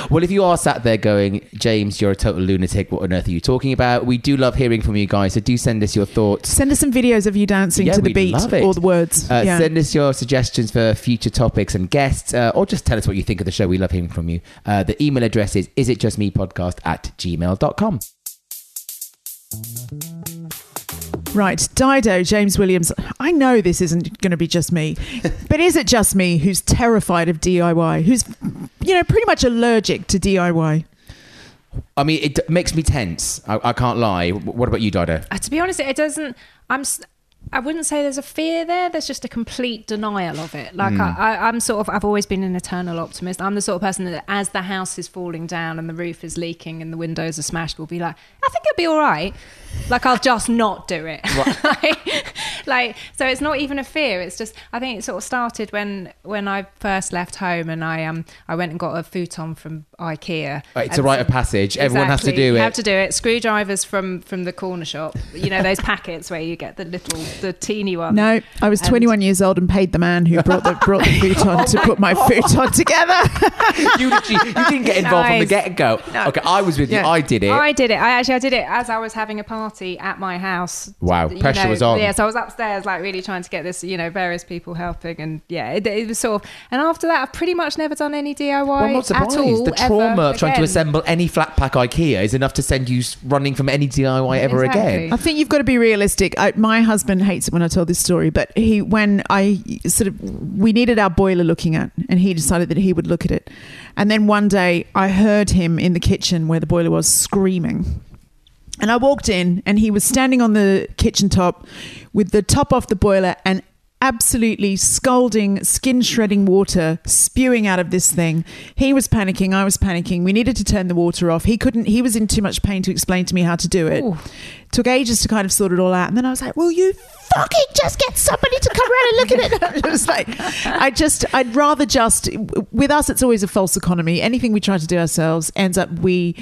S1: Well, if you are sat there going, James, you're a total lunatic. What on earth are you talking about? We do love hearing from you guys, so do send us your thoughts.
S2: Send us some videos of you dancing
S1: Yeah,
S2: to the
S1: we'd
S2: beat
S1: love it.
S2: or the words.
S1: Uh,
S2: yeah.
S1: Send us your suggestions for future topics and guests, uh, or just tell us what you think of the show. We love hearing from you. Uh, the email address is isitjustmepodcast at gmail.com.
S2: Right, Dido, James Williams. I know this isn't going to be just me, but is it just me who's terrified of DIY? Who's, you know, pretty much allergic to DIY?
S1: I mean, it d- makes me tense. I, I can't lie. W- What about you, Dido?
S3: Uh, to be honest, it doesn't. I'm. s- I wouldn't say there's a fear there. There's just a complete denial of it. Like I, I, I'm sort of. I've always been an eternal optimist. I'm the sort of person that, as the house is falling down and the roof is leaking and the windows are smashed, will be like, I think it'll be all right. Like I'll just not do it. like, like, so it's not even a fear. It's just. I think it sort of started when when I first left home and I um I went and got a futon from IKEA.
S1: Uh, It's
S3: And
S1: a rite of passage. Everyone has to
S3: Exactly.
S1: do
S3: You
S1: it.
S3: have to do it. Screwdrivers from from the corner shop. You know those packets where you get the little, the teeny one.
S2: No, I was
S3: And-
S2: 21 years old and paid the man who brought the brought the futon to put my futon together.
S1: you, literally- you didn't get involved from the
S3: Nice.
S1: get go. Okay, I was with you.
S2: Yeah.
S1: I did it.
S3: I did it. I actually I did it as I was having a party at my house.
S1: Wow,
S3: You
S1: pressure
S3: know,
S1: was on.
S3: Yeah, so I was upstairs, like really trying to get this. You know, various people helping, and yeah, it, it was sort of. And after that, I've pretty much never done any DIY
S1: Well, I'm not surprised.
S3: at all.
S1: the
S3: ever
S1: trauma of trying to
S3: again.
S1: assemble any flat pack IKEA is enough to send you s- running from any DIY ever
S3: Exactly.
S1: again.
S2: I think you've got to be realistic. I, my husband hates it when I tell this story, but he, when I sort of, we needed our boiler looking at, and he decided that he would look at it. And then one day I heard him in the kitchen where the boiler was screaming. And I walked in, and he was standing on the kitchen top with the top off the boiler and absolutely scalding, skin shredding water spewing out of this thing. He was panicking. I was panicking. We needed to turn the water off. He couldn't, he was in too much pain to explain to me how to do it. Took ages to kind of sort it all out. And then I was like, will you fucking just get somebody to come around and look at it? I was like, I just, I'd rather just, with us, it's always a false economy. Anything we try to do ourselves ends up we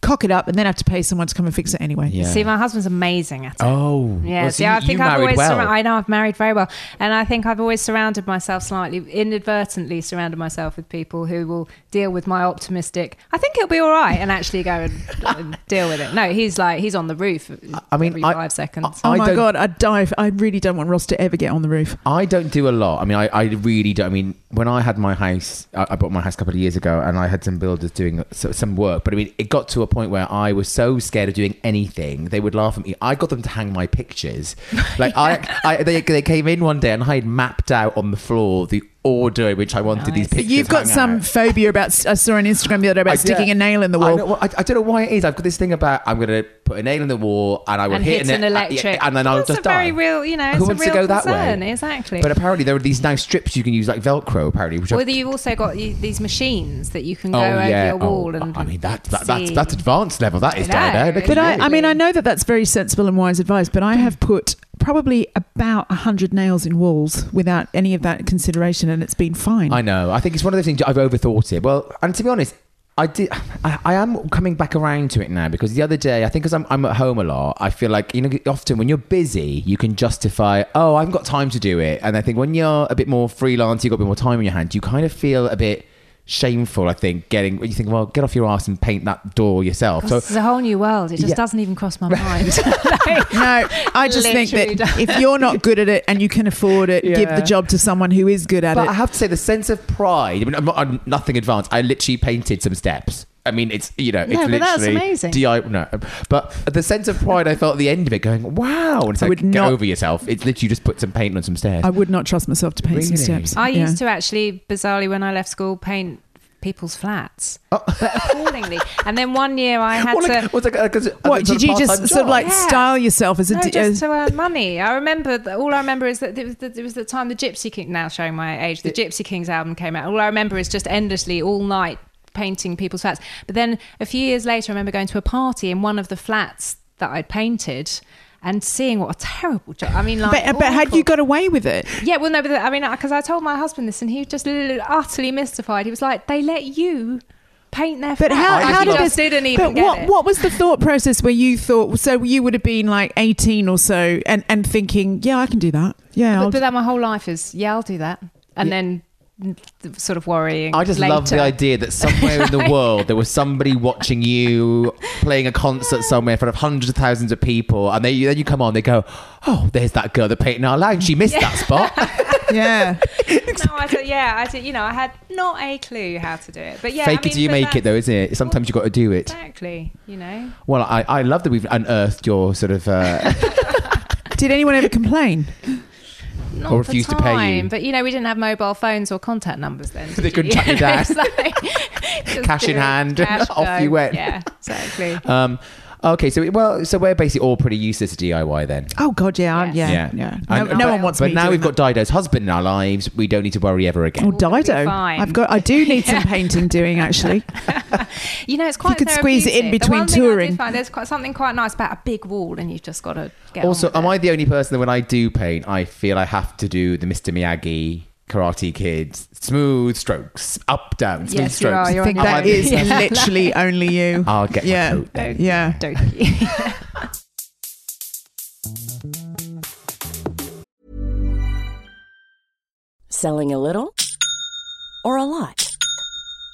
S2: cock it up and then have to pay someone to come and fix it anyway.
S1: Yeah.
S3: See, my husband's amazing at it.
S1: Oh.
S3: Yeah,
S1: Well, so
S3: see, I
S1: you-
S3: think
S1: you
S3: I've
S1: married
S3: always.
S1: well.
S3: surra- I know I've married very well, and I think I've always surrounded myself slightly inadvertently surrounded myself with people who will deal with my optimistic. I think he'll be all right, and actually go and, and deal with it. No, he's like he's on the roof.
S1: I mean,
S3: every
S1: I-
S3: five seconds.
S2: Oh
S1: I
S2: my
S1: don't-
S2: god, I'd die. If, I really don't want Ross to ever get on the roof.
S1: I don't do a lot. I mean, I, I really don't. I mean, when I had my house, I, I bought my house a couple of years ago, and I had some builders doing so- some work. But I mean, it got to a point where I was so scared of doing anything, they would laugh at me. I got them to hang my pictures. Like I, I they, they came in one day, and I had mapped out on the floor the order in which I wanted these
S3: Nice.
S1: pictures.
S2: You've got
S1: hung
S2: some
S1: out.
S2: phobia about. I saw on Instagram the other day about
S1: I-
S2: sticking
S1: yeah.
S2: a nail in the
S1: I,
S2: wall.
S1: know, well, I, I don't know why it is. I've got this thing about I'm going to put a nail in the wall and I will
S3: and
S1: hit,
S3: hit an
S1: uh, yeah,
S3: electric,
S1: and then I'll
S3: That's
S1: just
S3: a
S1: die.
S3: very real, you know,
S1: Who
S3: it's
S1: wants
S3: a real
S1: to go
S3: concern,
S1: that way?
S3: Exactly.
S1: But apparently there are these now strips you can use like Velcro. Apparently, which are
S3: Whether you've also got you- these machines that you can go
S1: oh
S3: over
S1: yeah,
S3: your wall
S1: oh,
S3: and
S1: I mean that, that that's
S3: see.
S1: that's advanced level. That is
S3: I know.
S1: Dido. Look
S2: but
S1: at
S2: I,
S1: you. Mm.
S2: I mean, I know that that's very sensible and wise advice. But I have put probably about hundred nails in walls without any of that consideration, and it's been fine.
S1: I know. I think it's one of those things I've overthought it. Well, and to be honest, I did. I, I am coming back around to it now because the other day, I think because I'm, I'm at home a lot, I feel like you know often when you're busy, you can justify, oh, I haven't got time to do it, and I think when you're a bit more freelance, you've got a bit more time on your hands, you kind of feel a bit shameful. I think getting you think, well, get off your ass and paint that door yourself. So
S3: It's a whole new world. It just
S1: Yeah.
S3: doesn't even cross my mind.
S2: No, I just think
S3: Literally
S2: that if you're not good at it and you can afford it, give
S1: Yeah.
S2: the job to someone who is good at
S1: But
S2: it.
S1: I have to say, the sense of pride. I mean, I'm, not, I'm nothing advanced. I literally painted some steps. I mean, it's you know, it's
S3: No,
S1: literally
S3: but that's amazing.
S1: DIY. No, but the sense of pride I felt at the end of it, going, "Wow!" And it's
S2: I
S1: like,
S2: would
S1: get
S2: not-
S1: over yourself. It's literally just put some paint on some stairs.
S2: I would not trust myself to paint some
S1: Really?
S2: steps.
S3: I used to actually, bizarrely, when I left school, paint people's flats
S2: Oh.
S3: But appallingly. And then one year I had
S1: Well, like-
S3: to.
S1: well, it's like- like a- a
S2: What
S1: sort of
S2: did you just
S1: part-time
S2: sort of
S1: job.
S2: like
S3: Yeah.
S2: style yourself as a?
S3: No,
S2: d-
S3: just
S2: as-
S3: to earn money. I remember that all I remember is that it was the, it was the time the Gypsy King. Now showing my age, the Gypsy Kings album came out. All I remember is just endlessly all night painting people's flats. But then a few years later, I remember going to a party in one of the flats that I'd painted and seeing what a terrible job. I mean, like, oh,
S2: but, but had
S3: awful.
S2: you got away with it?
S3: Yeah, well, no, but I mean, because I told my husband this, and he was just l- utterly mystified. He was like, "They let you paint their."
S2: But
S3: flat."
S2: how,
S3: Like,
S2: how
S3: he
S2: did
S3: just
S2: this?
S3: Didn't even
S2: but
S3: get
S2: what
S3: it.
S2: what was the thought process where you thought so you would have been like eighteen or so and and thinking yeah I can do that yeah I'll
S3: But, but that my whole life is yeah, I'll do that, and then mm, sort of worrying.
S1: I just
S3: later.
S1: love the idea that somewhere in the world there was somebody watching you playing a concert somewhere in front of hundreds of thousands of people, and they, then you come on, they go, "Oh, there's that girl that painted our lounge. She missed that spot."
S2: yeah
S3: No, I said, yeah, I did. You know, I had not a clue how to do it, but yeah,
S1: Fake
S3: I
S1: it
S3: mean,
S1: till you
S3: but
S1: make it, though,
S3: that's-
S1: isn't it? Sometimes you got to do it.
S3: Exactly. You know,
S1: Well, I, I love that we've unearthed your sort of. Uh,
S2: did anyone ever complain
S3: not
S1: Or
S3: for
S1: refuse to
S3: time,
S1: pay you.
S3: But you know, we didn't have mobile phones or contact numbers then.
S1: They
S3: did
S1: couldn't
S3: you?
S1: track you
S3: know,
S1: down.
S3: it's like, just
S1: Cash
S3: do
S1: in
S3: it.
S1: hand,
S3: Cash
S1: off
S3: go.
S1: you went.
S3: Yeah, exactly.
S1: um, okay, so well, so we're basically all pretty useless to DIY then.
S2: oh god yeah I'm-
S3: Yes.
S2: yeah yeah, No,
S1: And-
S2: no
S1: but-
S2: one wants
S1: But
S2: me
S1: now
S2: doing
S1: we've got Dido's husband in our lives. We don't need to worry ever
S2: that. oh
S1: again.
S3: gonna be
S2: Dido
S3: fine.
S2: I've got I do need some painting doing actually
S3: You know, it's quite.
S2: could squeeze it in
S3: therapeutic. The
S2: between
S3: one thing I did
S2: touring.
S3: find, there's quite something quite nice about a big wall, and you've just got to get.
S1: also,
S3: on
S1: am
S3: with
S1: I
S3: it.
S1: the only person that when I do paint, I feel I have to do the Mr. Miyagi Karate Kids smooth strokes, up down, smooth
S3: Yes, you
S1: strokes?
S3: are,
S2: I
S3: you're
S2: think
S3: on
S2: that
S3: your
S2: is
S3: own. Yeah.
S2: literally only you
S1: I'll get my
S2: yeah
S1: coat then.
S2: yeah
S3: Dokey.
S4: Selling a little or a lot?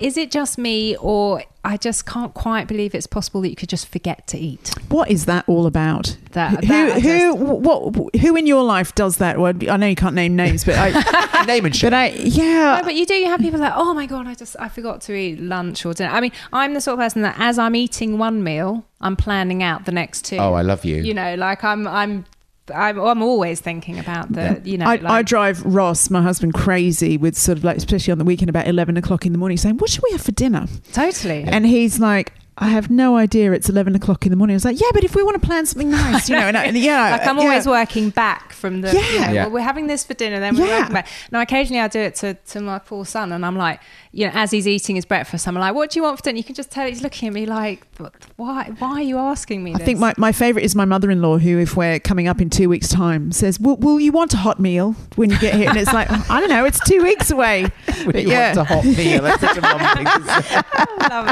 S3: Is it just me, or I just can't quite believe it's possible that you could just forget to eat?
S2: What is that all about?
S3: That-
S2: who
S3: that I
S2: who what who in your life does that? Well, I know you can't name names, but I
S1: Name and shit.
S2: but I yeah.
S3: No, but you do. You have people like, oh my god, I just I forgot to eat lunch or dinner. I mean, I'm the sort of person that as I'm eating one meal, I'm planning out the next two.
S1: Oh, I love you.
S3: You know, like I'm I'm I'm, I'm always thinking about the you know.
S2: I, I
S3: like,
S2: drive Ross, my husband, crazy with sort of like, especially on the weekend, about 11 o'clock in the morning, saying, What should we have for dinner?
S3: totally.
S2: And he's like, I have no idea. It's 11 o'clock in the morning. I was like, yeah, but if we want to plan something nice, you know, and, I, and yeah.
S3: like I'm
S2: yeah.
S3: always working back from the. Yeah.
S2: Yeah.
S3: Well, we're having this for dinner, then we're
S2: Yeah.
S3: working back. Now, occasionally I do it to, to my poor son, and I'm like, you know, as he's eating his breakfast, I'm like, what do you want for dinner? You can just tell he's looking at me like, "But why? Why are you asking me?
S2: I
S3: this?
S2: think my, my favourite is my mother in law, who, if we're coming up in two weeks' time, says, will, will you want a hot meal when you get here? And it's like, I don't know, it's two weeks away.
S1: Would
S2: But
S1: you
S2: yeah.
S1: want a hot meal? That's such a mum thing to say.
S3: I love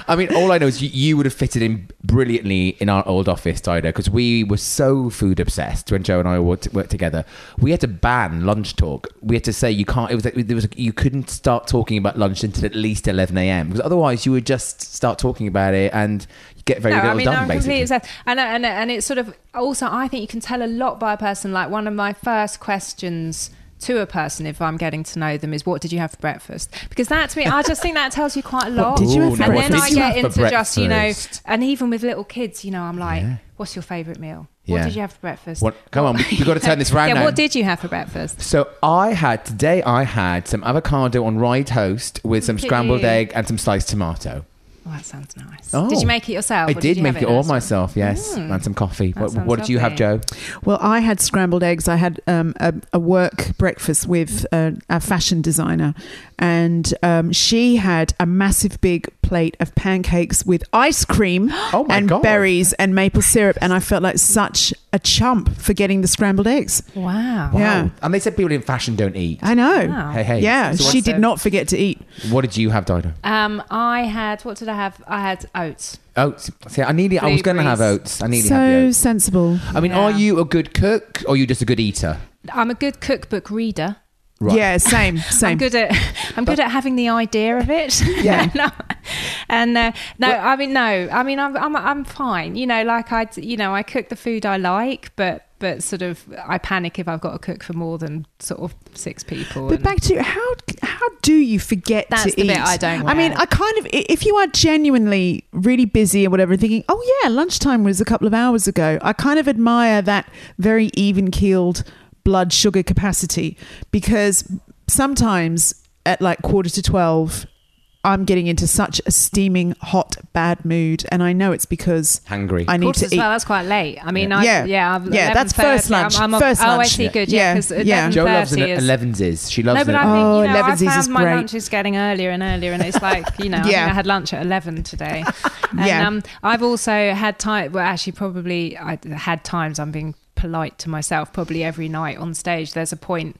S3: it.
S1: I mean, all I know is you, you would have fitted in brilliantly in our old office, Dido, because we were so food obsessed when Joe and I worked, worked together. We had to ban lunch talk. We had to say you can't. It was like, there was you couldn't start talking about lunch until at least eleven a.m. because otherwise you would just start talking about it and you get very
S3: no,
S1: little
S3: I mean,
S1: done.
S3: I'm completely
S1: basically,
S3: obsessed. And, I- and, I- and it's sort of also, I think you can tell a lot by a person. Like, one of my first questions to a person, if I'm getting to know them, is what did you have for breakfast? Because that to me, I just think that tells you quite a lot.
S2: did you have for
S3: and then
S2: breakfast?
S3: I
S2: Did you
S3: get
S1: have
S3: into
S1: for
S3: just, you know,
S1: breakfast?
S3: and even with little kids, you know, I'm like, what's your favourite meal? What
S1: Yeah.
S3: did you have for breakfast?
S1: What- come on, we- we've got to turn this round
S3: yeah,
S1: now.
S3: what did you have for breakfast?
S1: So I had today. I had some avocado on rye toast with some
S3: Look at
S1: scrambled
S3: you.
S1: egg and some sliced tomato.
S3: Oh, that sounds nice.
S1: Oh.
S3: Did you make it yourself?
S1: I
S3: or
S1: did,
S3: you have
S1: make it all
S3: in a
S1: myself.
S3: restaurant?
S1: Yes, and some coffee. What,
S3: sounds
S1: what did you have, Joe?
S3: lovely.
S2: Well, I had scrambled eggs. I had um, a, a work breakfast with uh, a fashion designer, and um, she had a massive big plate of pancakes with ice cream
S1: Oh my
S2: and
S1: God.
S2: berries and maple syrup. And I felt like such a chump for getting the scrambled eggs.
S3: Wow.
S2: Yeah.
S1: And they said people in fashion don't eat.
S2: I know.
S3: Wow.
S1: Hey, hey.
S2: Yeah,
S3: So
S2: she
S3: what's
S2: did
S3: the-
S2: not forget to eat.
S1: What did you have, Dido?
S3: Um, I had, what did I have? I had oats.
S1: Oats. See, I nearly. I was going to have
S3: Blueberries.
S1: oats. I nearly had the
S2: So
S1: oats.
S2: sensible.
S1: I mean, are you a good cook or are you just a good eater?
S3: I'm a good cookbook reader.
S2: Yeah, same, same.
S3: I'm good at I'm good at having the idea of it.
S1: Yeah.
S3: No. and uh, no, I mean no, I mean I'm I'm I'm fine. You know, like I you know I cook the food I like, but but sort of I panic if I've got to cook for more than sort of six people.
S2: But
S3: and-
S2: back to how how do you forget to
S3: That's
S2: eat?
S3: the bit I don't
S2: I mean,
S3: get.
S2: I kind of i- if you are genuinely really busy or whatever, thinking, oh yeah, lunchtime was a couple of hours ago. I kind of admire that very even keeled blood sugar capacity because sometimes at like quarter to twelve. I'm getting into such a steaming hot bad mood, and I know it's because
S1: Hangry.
S2: I need
S3: Quarter
S2: to
S3: as
S2: eat.
S3: well. That's quite late. I mean, I,
S2: Yeah.
S3: yeah, yeah, I've-
S2: Yeah, that's
S3: 11:30,
S2: first lunch,
S3: I'm, I'm
S2: first
S3: oh, I
S2: lunch.
S3: see. Good. Yeah,
S2: Yeah.
S3: because
S2: Yeah.
S1: Joe loves an
S3: is,
S1: elevenses. She loves
S3: no, but
S1: an
S3: I think
S2: Oh,
S3: you know, I
S2: 11s is
S3: found my
S2: great.
S3: lunch is getting earlier and earlier, and it's like you know, I,
S2: Yeah.
S3: mean, I had lunch at eleven today, and
S2: Yeah.
S3: um, I've also had time. Well, actually, probably I had times. I'm being polite to myself. Probably every night on stage, there's a point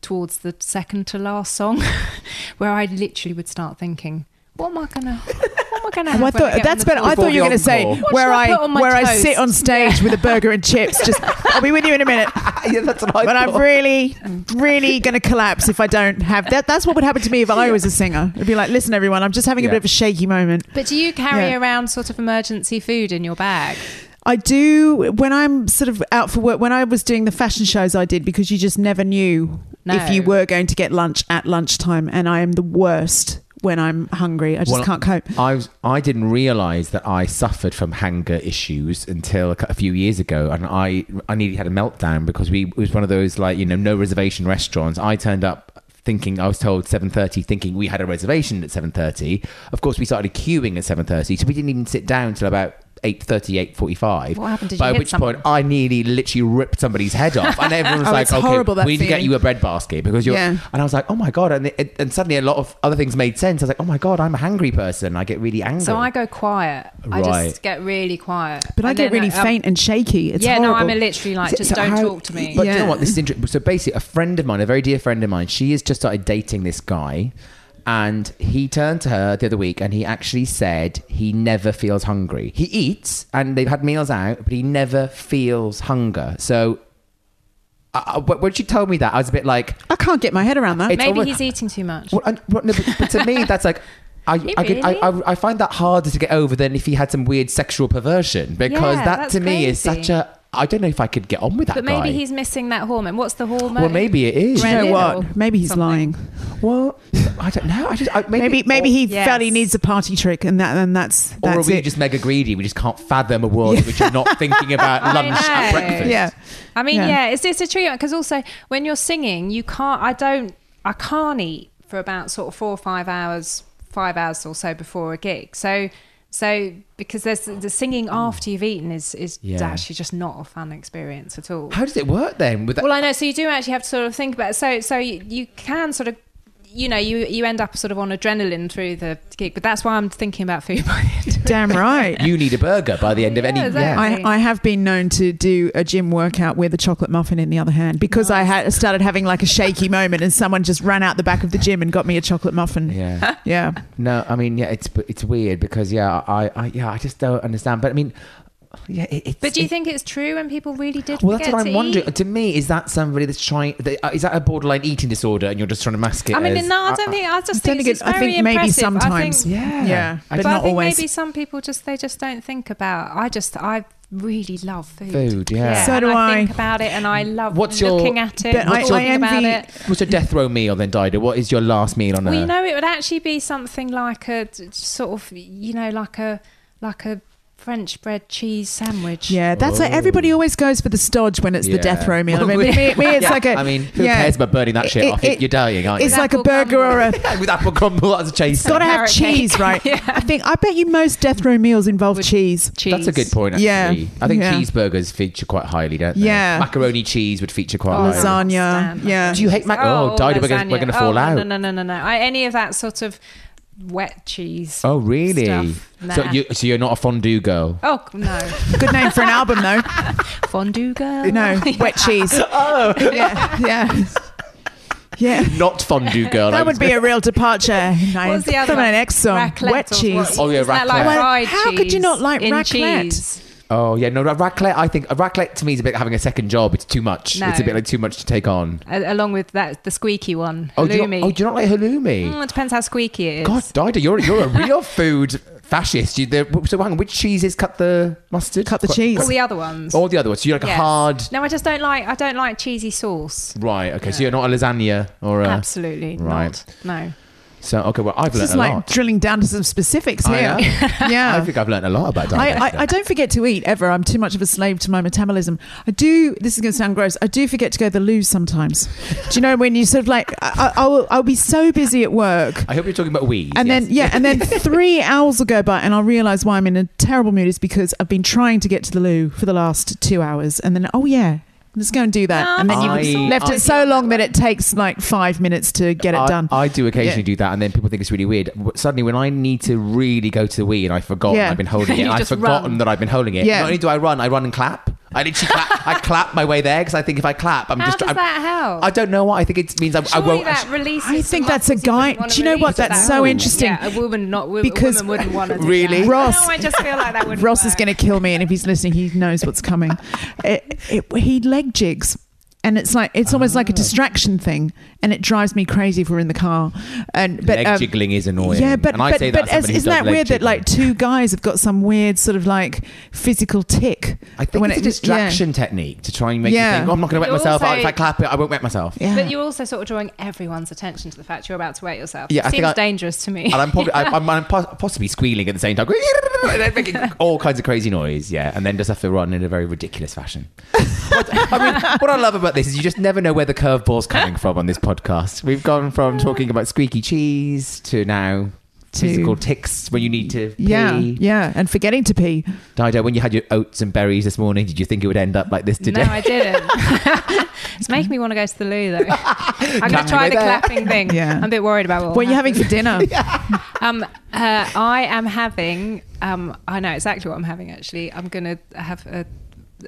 S3: towards the second to last song where I literally would start thinking, "What am I gonna? What am I gonna?" Have
S2: Oh, I
S3: when I
S2: thought
S3: get on
S2: that's
S3: the
S2: better. I
S3: floor?"
S1: Before
S2: thought you were
S1: the
S2: going to say
S1: encore.
S3: What
S2: where
S3: should I
S2: I,
S3: put on my
S2: where I
S3: toast?
S2: sit on stage with a burger and chips. Just I'll be with you in a minute.
S1: yeah, that's what I
S2: But I'm
S1: thought.
S2: really, really going to collapse if I don't have that. That's what would happen to me if I was a singer. It'd be like, listen, everyone, I'm just having
S1: Yeah.
S2: a bit of a shaky moment.
S3: But do you carry
S2: Yeah.
S3: around sort of emergency food in your bag?
S2: I do when I'm sort of out for work. When I was doing the fashion shows, I did because you just never knew
S3: No.
S2: if you were going to get lunch at lunchtime. And I am the worst when I'm hungry. I just
S1: Well,
S2: can't cope.
S1: I was, I didn't realize that I suffered from hunger issues until a, cou- a few years ago, and I I nearly had a meltdown because we it was one of those like you know no reservation restaurants. I turned up thinking I was told seven thirty, thinking we had a reservation at seven thirty. Of course, we started queuing at seven thirty, so we didn't even sit down till about. 8.30, 8.45.
S3: What happened? Did you
S1: By
S3: hit
S1: which
S3: someone?
S1: point I nearly literally ripped somebody's head off. And everyone was
S2: Oh,
S1: like,
S2: it's
S1: okay,
S2: horrible, that
S1: we need to get
S2: feeling.
S1: you a bread basket because you're.
S2: Yeah.
S1: And I was like, oh my God. And, it, and suddenly a lot of other things made sense. I was like, oh my God, I'm a hangry person. I get really angry.
S3: So I go quiet. I
S1: Right.
S3: just get really quiet.
S2: But I
S3: And
S2: get
S3: then
S2: really
S3: I- um, I'm-
S2: faint and shaky. It's
S3: yeah, no, I'm
S2: horrible.
S3: literally like,
S1: So-
S3: just
S1: so
S3: don't
S1: how-
S3: talk to me.
S1: But do you
S2: Yeah.
S1: know what? This is interesting. So basically, a friend of mine, a very dear friend of mine, she has just started dating this guy. And he turned to her the other week and he actually said he never feels hungry. He eats and they've had meals out, but he never feels hunger. So uh, I, I, when when she told me that, I was a bit like,
S2: I can't get my head around that.
S1: It's
S3: Uh, Maybe
S1: almost-
S3: he's eating too much.
S1: Well, I, well, no, but, but to me, that's like. I, I, could, I,
S3: Really?
S1: I, I find that harder to get over than if he had some weird sexual perversion because
S3: Yeah,
S1: that
S3: that's
S1: to me is
S3: crazy.
S1: such a. I don't know if I could get on with that
S3: But maybe
S1: guy.
S3: he's missing that hormone. What's the hormone?
S1: Well, maybe it is.
S2: Do you know
S3: Reddit or
S2: what? Maybe he's
S3: something.
S2: lying.
S1: Well, I don't know. I just I, maybe
S2: Maybe maybe
S1: or-
S2: he
S3: Yes.
S2: felt he needs a party trick, and that and that's
S1: Or are
S2: that's
S1: we
S2: it.
S1: just mega greedy? We just can't fathom a world in which you're not thinking about
S3: I
S1: lunch and
S3: know.
S1: breakfast.
S2: yeah.
S3: I mean,
S2: Yeah.
S3: yeah, it's, it's a tricky because also when you're singing, you can't. I don't. I can't eat for about sort of four or five hours, five hours or so before a gig. So So because there's the singing after you've eaten is is
S1: Mm. Yeah.
S3: actually just not a fun experience at all.
S1: How does it work then? With that,
S3: Well, I know. So you do actually have to sort of think about. So so you, you can sort of. You know, you you end up sort of on adrenaline through the gig, but that's why I'm thinking about food by the end.
S2: Damn right.
S1: you need a burger by the end of any.
S3: Yeah,
S1: yeah.
S3: exactly.
S2: I, I have been known to do a gym workout with a chocolate muffin in the other hand because I had started having like a shaky moment and someone just ran out the back of the gym and got me a chocolate muffin.
S1: Yeah.
S2: Yeah.
S1: No, I mean, yeah, it's it's weird because yeah, I, I yeah, I just don't understand. But I mean, yeah, it, it's.
S3: But do you
S1: it-
S3: think it's true when people really did?
S1: Well, that's
S3: forget
S1: what
S3: to
S1: I'm wondering.
S3: eat?
S1: To me, is that somebody that's trying? That, uh, is that a borderline eating disorder, and you're just trying to mask it?
S3: I mean,
S1: as, uh,
S3: no, I don't think. I just
S2: don't
S3: think,
S2: think
S3: it's
S2: it-
S3: very
S2: I think maybe
S3: impressive.
S2: sometimes.
S3: I think,
S1: Yeah.
S2: Yeah.
S1: I
S2: But
S3: but I
S2: not
S3: think
S2: always.
S3: maybe some people just they just don't think about. I just I really love food.
S1: uh, Food, yeah.
S2: So
S3: and
S2: do I.
S3: think about it, and I love
S1: What's your-
S3: looking at it,
S2: But I-
S3: talking
S2: I
S3: about
S2: envy-
S3: it.
S1: What's your death row meal then, Dido? What is your last meal on
S3: Well,
S1: earth?
S3: you know, it would actually be something like a t- sort of, you know, like a like a French bread cheese sandwich.
S2: Yeah, that's like everybody always goes for the stodge when it's the death
S1: Yeah.
S2: row meal. I mean,
S1: Well,
S2: me, me, it's
S1: yeah,
S2: like a.
S1: I mean, who cares about burning that shit off? You're dying, aren't
S2: It's
S1: you?
S2: like a
S3: Apple
S2: burger or a.
S1: with apple crumble as a
S2: It's
S1: chaser.
S2: got to have
S3: Carrot
S2: cheese,
S3: cake.
S2: right? I think. I bet you most death row meals involve cheese.
S3: cheese.
S1: That's a good point. Actually,
S2: Yeah.
S1: I think
S2: Yeah.
S1: cheeseburgers feature quite highly, don't they?
S2: Yeah.
S1: macaroni cheese would feature quite highly.
S2: Lasagna.
S3: Stand.
S2: Yeah.
S1: Do you hate mac? Oh, Dido, we're gonna, we're gonna
S3: Oh, lasagna.
S1: fall
S3: Oh,
S1: out.
S3: No, no, no, no, no. I, any of that sort of wet cheese.
S1: Oh, really?
S3: Stuff.
S1: So
S3: Nah.
S1: you, so you're not a fondue girl.
S3: Oh no,
S2: Good name for an album, though.
S3: fondue girl.
S2: No, wet cheese. Oh. Yeah. Yeah. Yeah.
S1: Not fondue girl. I
S2: That would
S1: was-
S2: be a real departure.
S3: What's the other
S2: From
S3: one?
S2: my next song,
S3: Raclette
S2: wet
S3: or
S2: cheese.
S3: what?
S1: Oh, yeah,
S3: Isn't that like
S1: raclette.
S3: fried
S2: How could you
S3: cheese
S2: not like
S3: in
S2: raclette?
S3: cheese?
S1: Oh yeah, no, ra- raclette. I think a raclette to me is a bit like having a second job. It's too much.
S3: No.
S1: It's a bit like too much to take on.
S3: A- along with that, the squeaky one,
S1: Oh, do you
S3: halloumi.
S1: not, oh, do you not like halloumi?
S3: Mm, it depends how squeaky it is.
S1: God, Dido, you're you're a real food fascist. You, the, so hang on, which cheeses cut the mustard?
S2: Cut the
S1: Quite-
S2: cheese.
S3: all the other ones.
S1: All the other ones. So you're Oh, like
S3: Yes.
S1: a hard.
S3: No, I just don't like. I don't like cheesy sauce.
S1: Right. Okay. So you're not a lasagna or a.
S3: Absolutely
S1: right.
S3: not. No.
S1: So okay. Well, I've
S2: This
S1: learned
S2: is
S1: a
S2: like
S1: lot.
S2: drilling down to some specifics
S1: I
S2: here.
S1: know.
S2: yeah.
S1: I think I've learned a lot about Dido.
S2: I, I, I don't forget to eat ever. I'm too much of a slave to my metabolism. I do. This is going to sound gross. I do forget to go to the loo sometimes. Do you know when you sort of like I, I, I'll I'll be so busy at work.
S1: I hope you're talking about we.
S2: And then yeah, and then three hours will go by, and I'll realise why I'm in a terrible mood is because I've been trying to get to the loo for the last two hours, and then oh yeah, let's go and do that, and then
S1: I-
S2: you've left
S1: I-
S2: it so long that it takes like five minutes to get it
S1: I,
S2: done.
S1: I do occasionally
S2: Yeah.
S1: do that, and then people think it's really weird. W- Suddenly, when I need to really go to the Wii and I forgot
S2: Yeah.
S1: I've been holding it,
S3: You
S1: I've
S3: just
S1: forgotten
S3: run.
S1: that I've been holding it.
S2: Yeah.
S1: Not only do I run, I run and clap. I literally clap. I clap my way there because I think if I clap, I'm
S3: How
S1: just.
S3: does
S1: I'm-
S3: that help?
S1: I don't know why. I think it means I, I
S3: Surely
S1: won't.
S3: that
S1: actually-
S3: releases.
S2: I
S3: the
S2: think that's a
S3: muscles you
S2: guy-
S3: wouldn't want
S2: do you
S3: to
S2: know what?
S3: release at
S2: That's
S3: that
S2: so
S3: point.
S2: interesting.
S3: Yeah, a woman not wo-
S2: Because-
S3: a woman wouldn't want to. do
S1: Really?
S3: that.
S2: Ross-
S3: No, I just feel like that would.
S2: Ross is going to kill me, and if he's listening, he knows what's coming. It, it, he leg jigs, and it's like it's almost
S3: Oh.
S2: like a distraction thing, and it drives me crazy if we're in the car. And but
S1: Leg
S2: um,
S1: jiggling is annoying.
S2: Yeah, but
S1: And I
S2: but,
S1: say that
S2: but
S1: as somebody who
S2: isn't
S1: does
S2: that
S1: leg
S2: weird that
S1: jiggling.
S2: like two guys have got some weird sort of like physical tick?
S1: I think
S2: when
S1: it's a
S2: it- yeah.
S1: distraction technique to try and make
S2: Yeah.
S1: you think, oh, I'm not going to wet
S3: But
S1: myself.
S3: also-
S1: if I clap it, I won't wet myself.
S2: Yeah.
S3: But you're also sort of drawing everyone's attention to the fact you're about to wet yourself.
S1: Yeah, I
S3: it
S1: think
S3: seems
S1: I-
S3: dangerous to me.
S1: And I'm probably, I, I'm, I'm pos- possibly squealing at the same time, going, and then making all kinds of crazy noise, yeah, and then just have to run in a very ridiculous fashion. What- I mean, what I love about this is you just never know where the curveball's coming from on this podcast. We've gone from talking about squeaky cheese to now
S2: To-
S1: physical ticks when you need to pee.
S2: Yeah, yeah, and forgetting to pee.
S1: Dido, when you had your oats and berries this morning, did you think it would end up like this today?
S3: No, I didn't. it's making me want to go to the loo though. I'm going
S1: Clapping
S3: to try the
S1: away there.
S3: clapping thing.
S2: Yeah.
S3: I'm a bit worried about
S2: What
S3: what.
S2: are
S3: will
S2: you having for dinner?
S3: Um, uh, I am having. Um, I know exactly what I'm having. Actually, I'm gonna have a,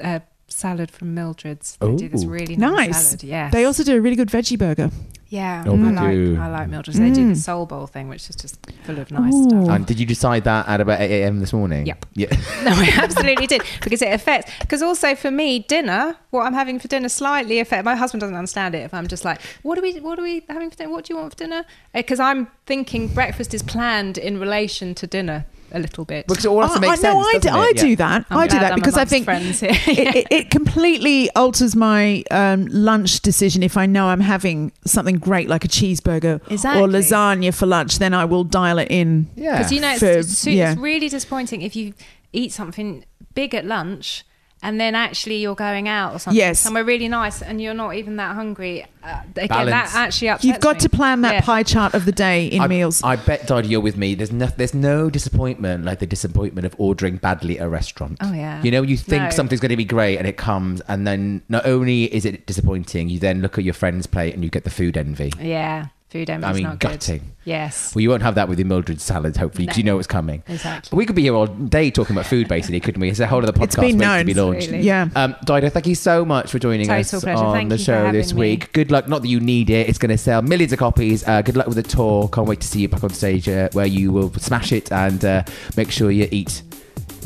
S3: a salad from Mildred's. They do this
S1: Ooh.
S3: really nice,
S2: Nice.
S3: salad. Yeah,
S2: They also do a really good veggie burger.
S3: yeah.
S1: Oh, they
S3: I like
S1: do.
S3: I like Mildred's. They do the soul bowl thing, which is just full of nice stuff.
S1: And did you decide that at about 8 a.m. this morning?
S3: Yep.
S1: Yeah.
S3: No, I absolutely did because it affects. Because also for me, dinner, what I'm having for dinner, slightly affect. My husband doesn't understand it if I'm just like, what are we, what are we having for dinner? What do you want for dinner? Because I'm thinking breakfast is planned in relation to dinner a little bit.
S1: Because it all has to make
S2: I,
S1: sense.
S2: I, Oh, no, I, do,
S1: doesn't
S2: I
S1: it?
S2: do
S1: Yeah.
S2: that.
S3: I'm
S2: I do
S3: glad
S2: that
S3: I'm
S2: because I
S3: amongst
S2: think
S3: friends here.
S2: it, it, it completely alters my um, lunch decision. If I know I'm having something great like a cheeseburger or
S3: Exactly.
S2: lasagna for lunch, then I will dial it in.
S1: Yeah.
S3: Because you know, it's,
S2: For-
S3: it's, su-
S2: yeah.
S3: it's really disappointing if you eat something big at lunch and then actually you're going out or something
S2: Yes.
S3: somewhere really nice and you're not even that hungry. Uh, again,
S1: Balance.
S3: that actually upsets
S2: You've got
S3: me.
S2: to plan that
S3: Yeah.
S2: pie chart of the day in
S1: I,
S2: meals.
S1: I bet, Doddy, you're with me. There's no, there's no disappointment like the disappointment of ordering badly at a restaurant.
S3: Oh, yeah.
S1: You know, you think
S3: No.
S1: something's going to be great and it comes, and then not only is it disappointing, you then look at your friend's plate and you get the food envy.
S3: Yeah, food envy's
S1: I mean,
S3: not
S1: gutting.
S3: good. Yes.
S1: Well, you won't have that with your Mildred salad, hopefully, because you know it's coming.
S3: Exactly.
S1: We could be here all day talking about food, basically, couldn't we? It's a whole other podcast
S2: It's been
S1: waiting to
S2: known.
S1: be launched.
S3: Really.
S2: Yeah.
S1: Um, Dido, thank you so much for joining
S3: Total
S1: us
S3: pleasure.
S1: on
S3: Thank
S1: the
S3: you for
S1: show
S3: having
S1: this
S3: me.
S1: week. Good luck. Not that you need it. It's going to sell millions of copies. Uh, good luck with the tour. Can't wait to see you back on stage uh, where you will smash it and uh, make sure you eat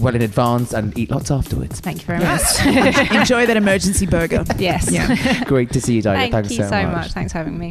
S1: well in advance and eat lots afterwards.
S3: Thank you very
S2: Yes.
S3: much.
S2: Enjoy that emergency burger.
S3: yes.
S2: Yeah.
S1: Great to see you, Dido.
S3: Thank
S1: Thanks
S3: you
S1: so, much.
S3: much. Thanks for having me.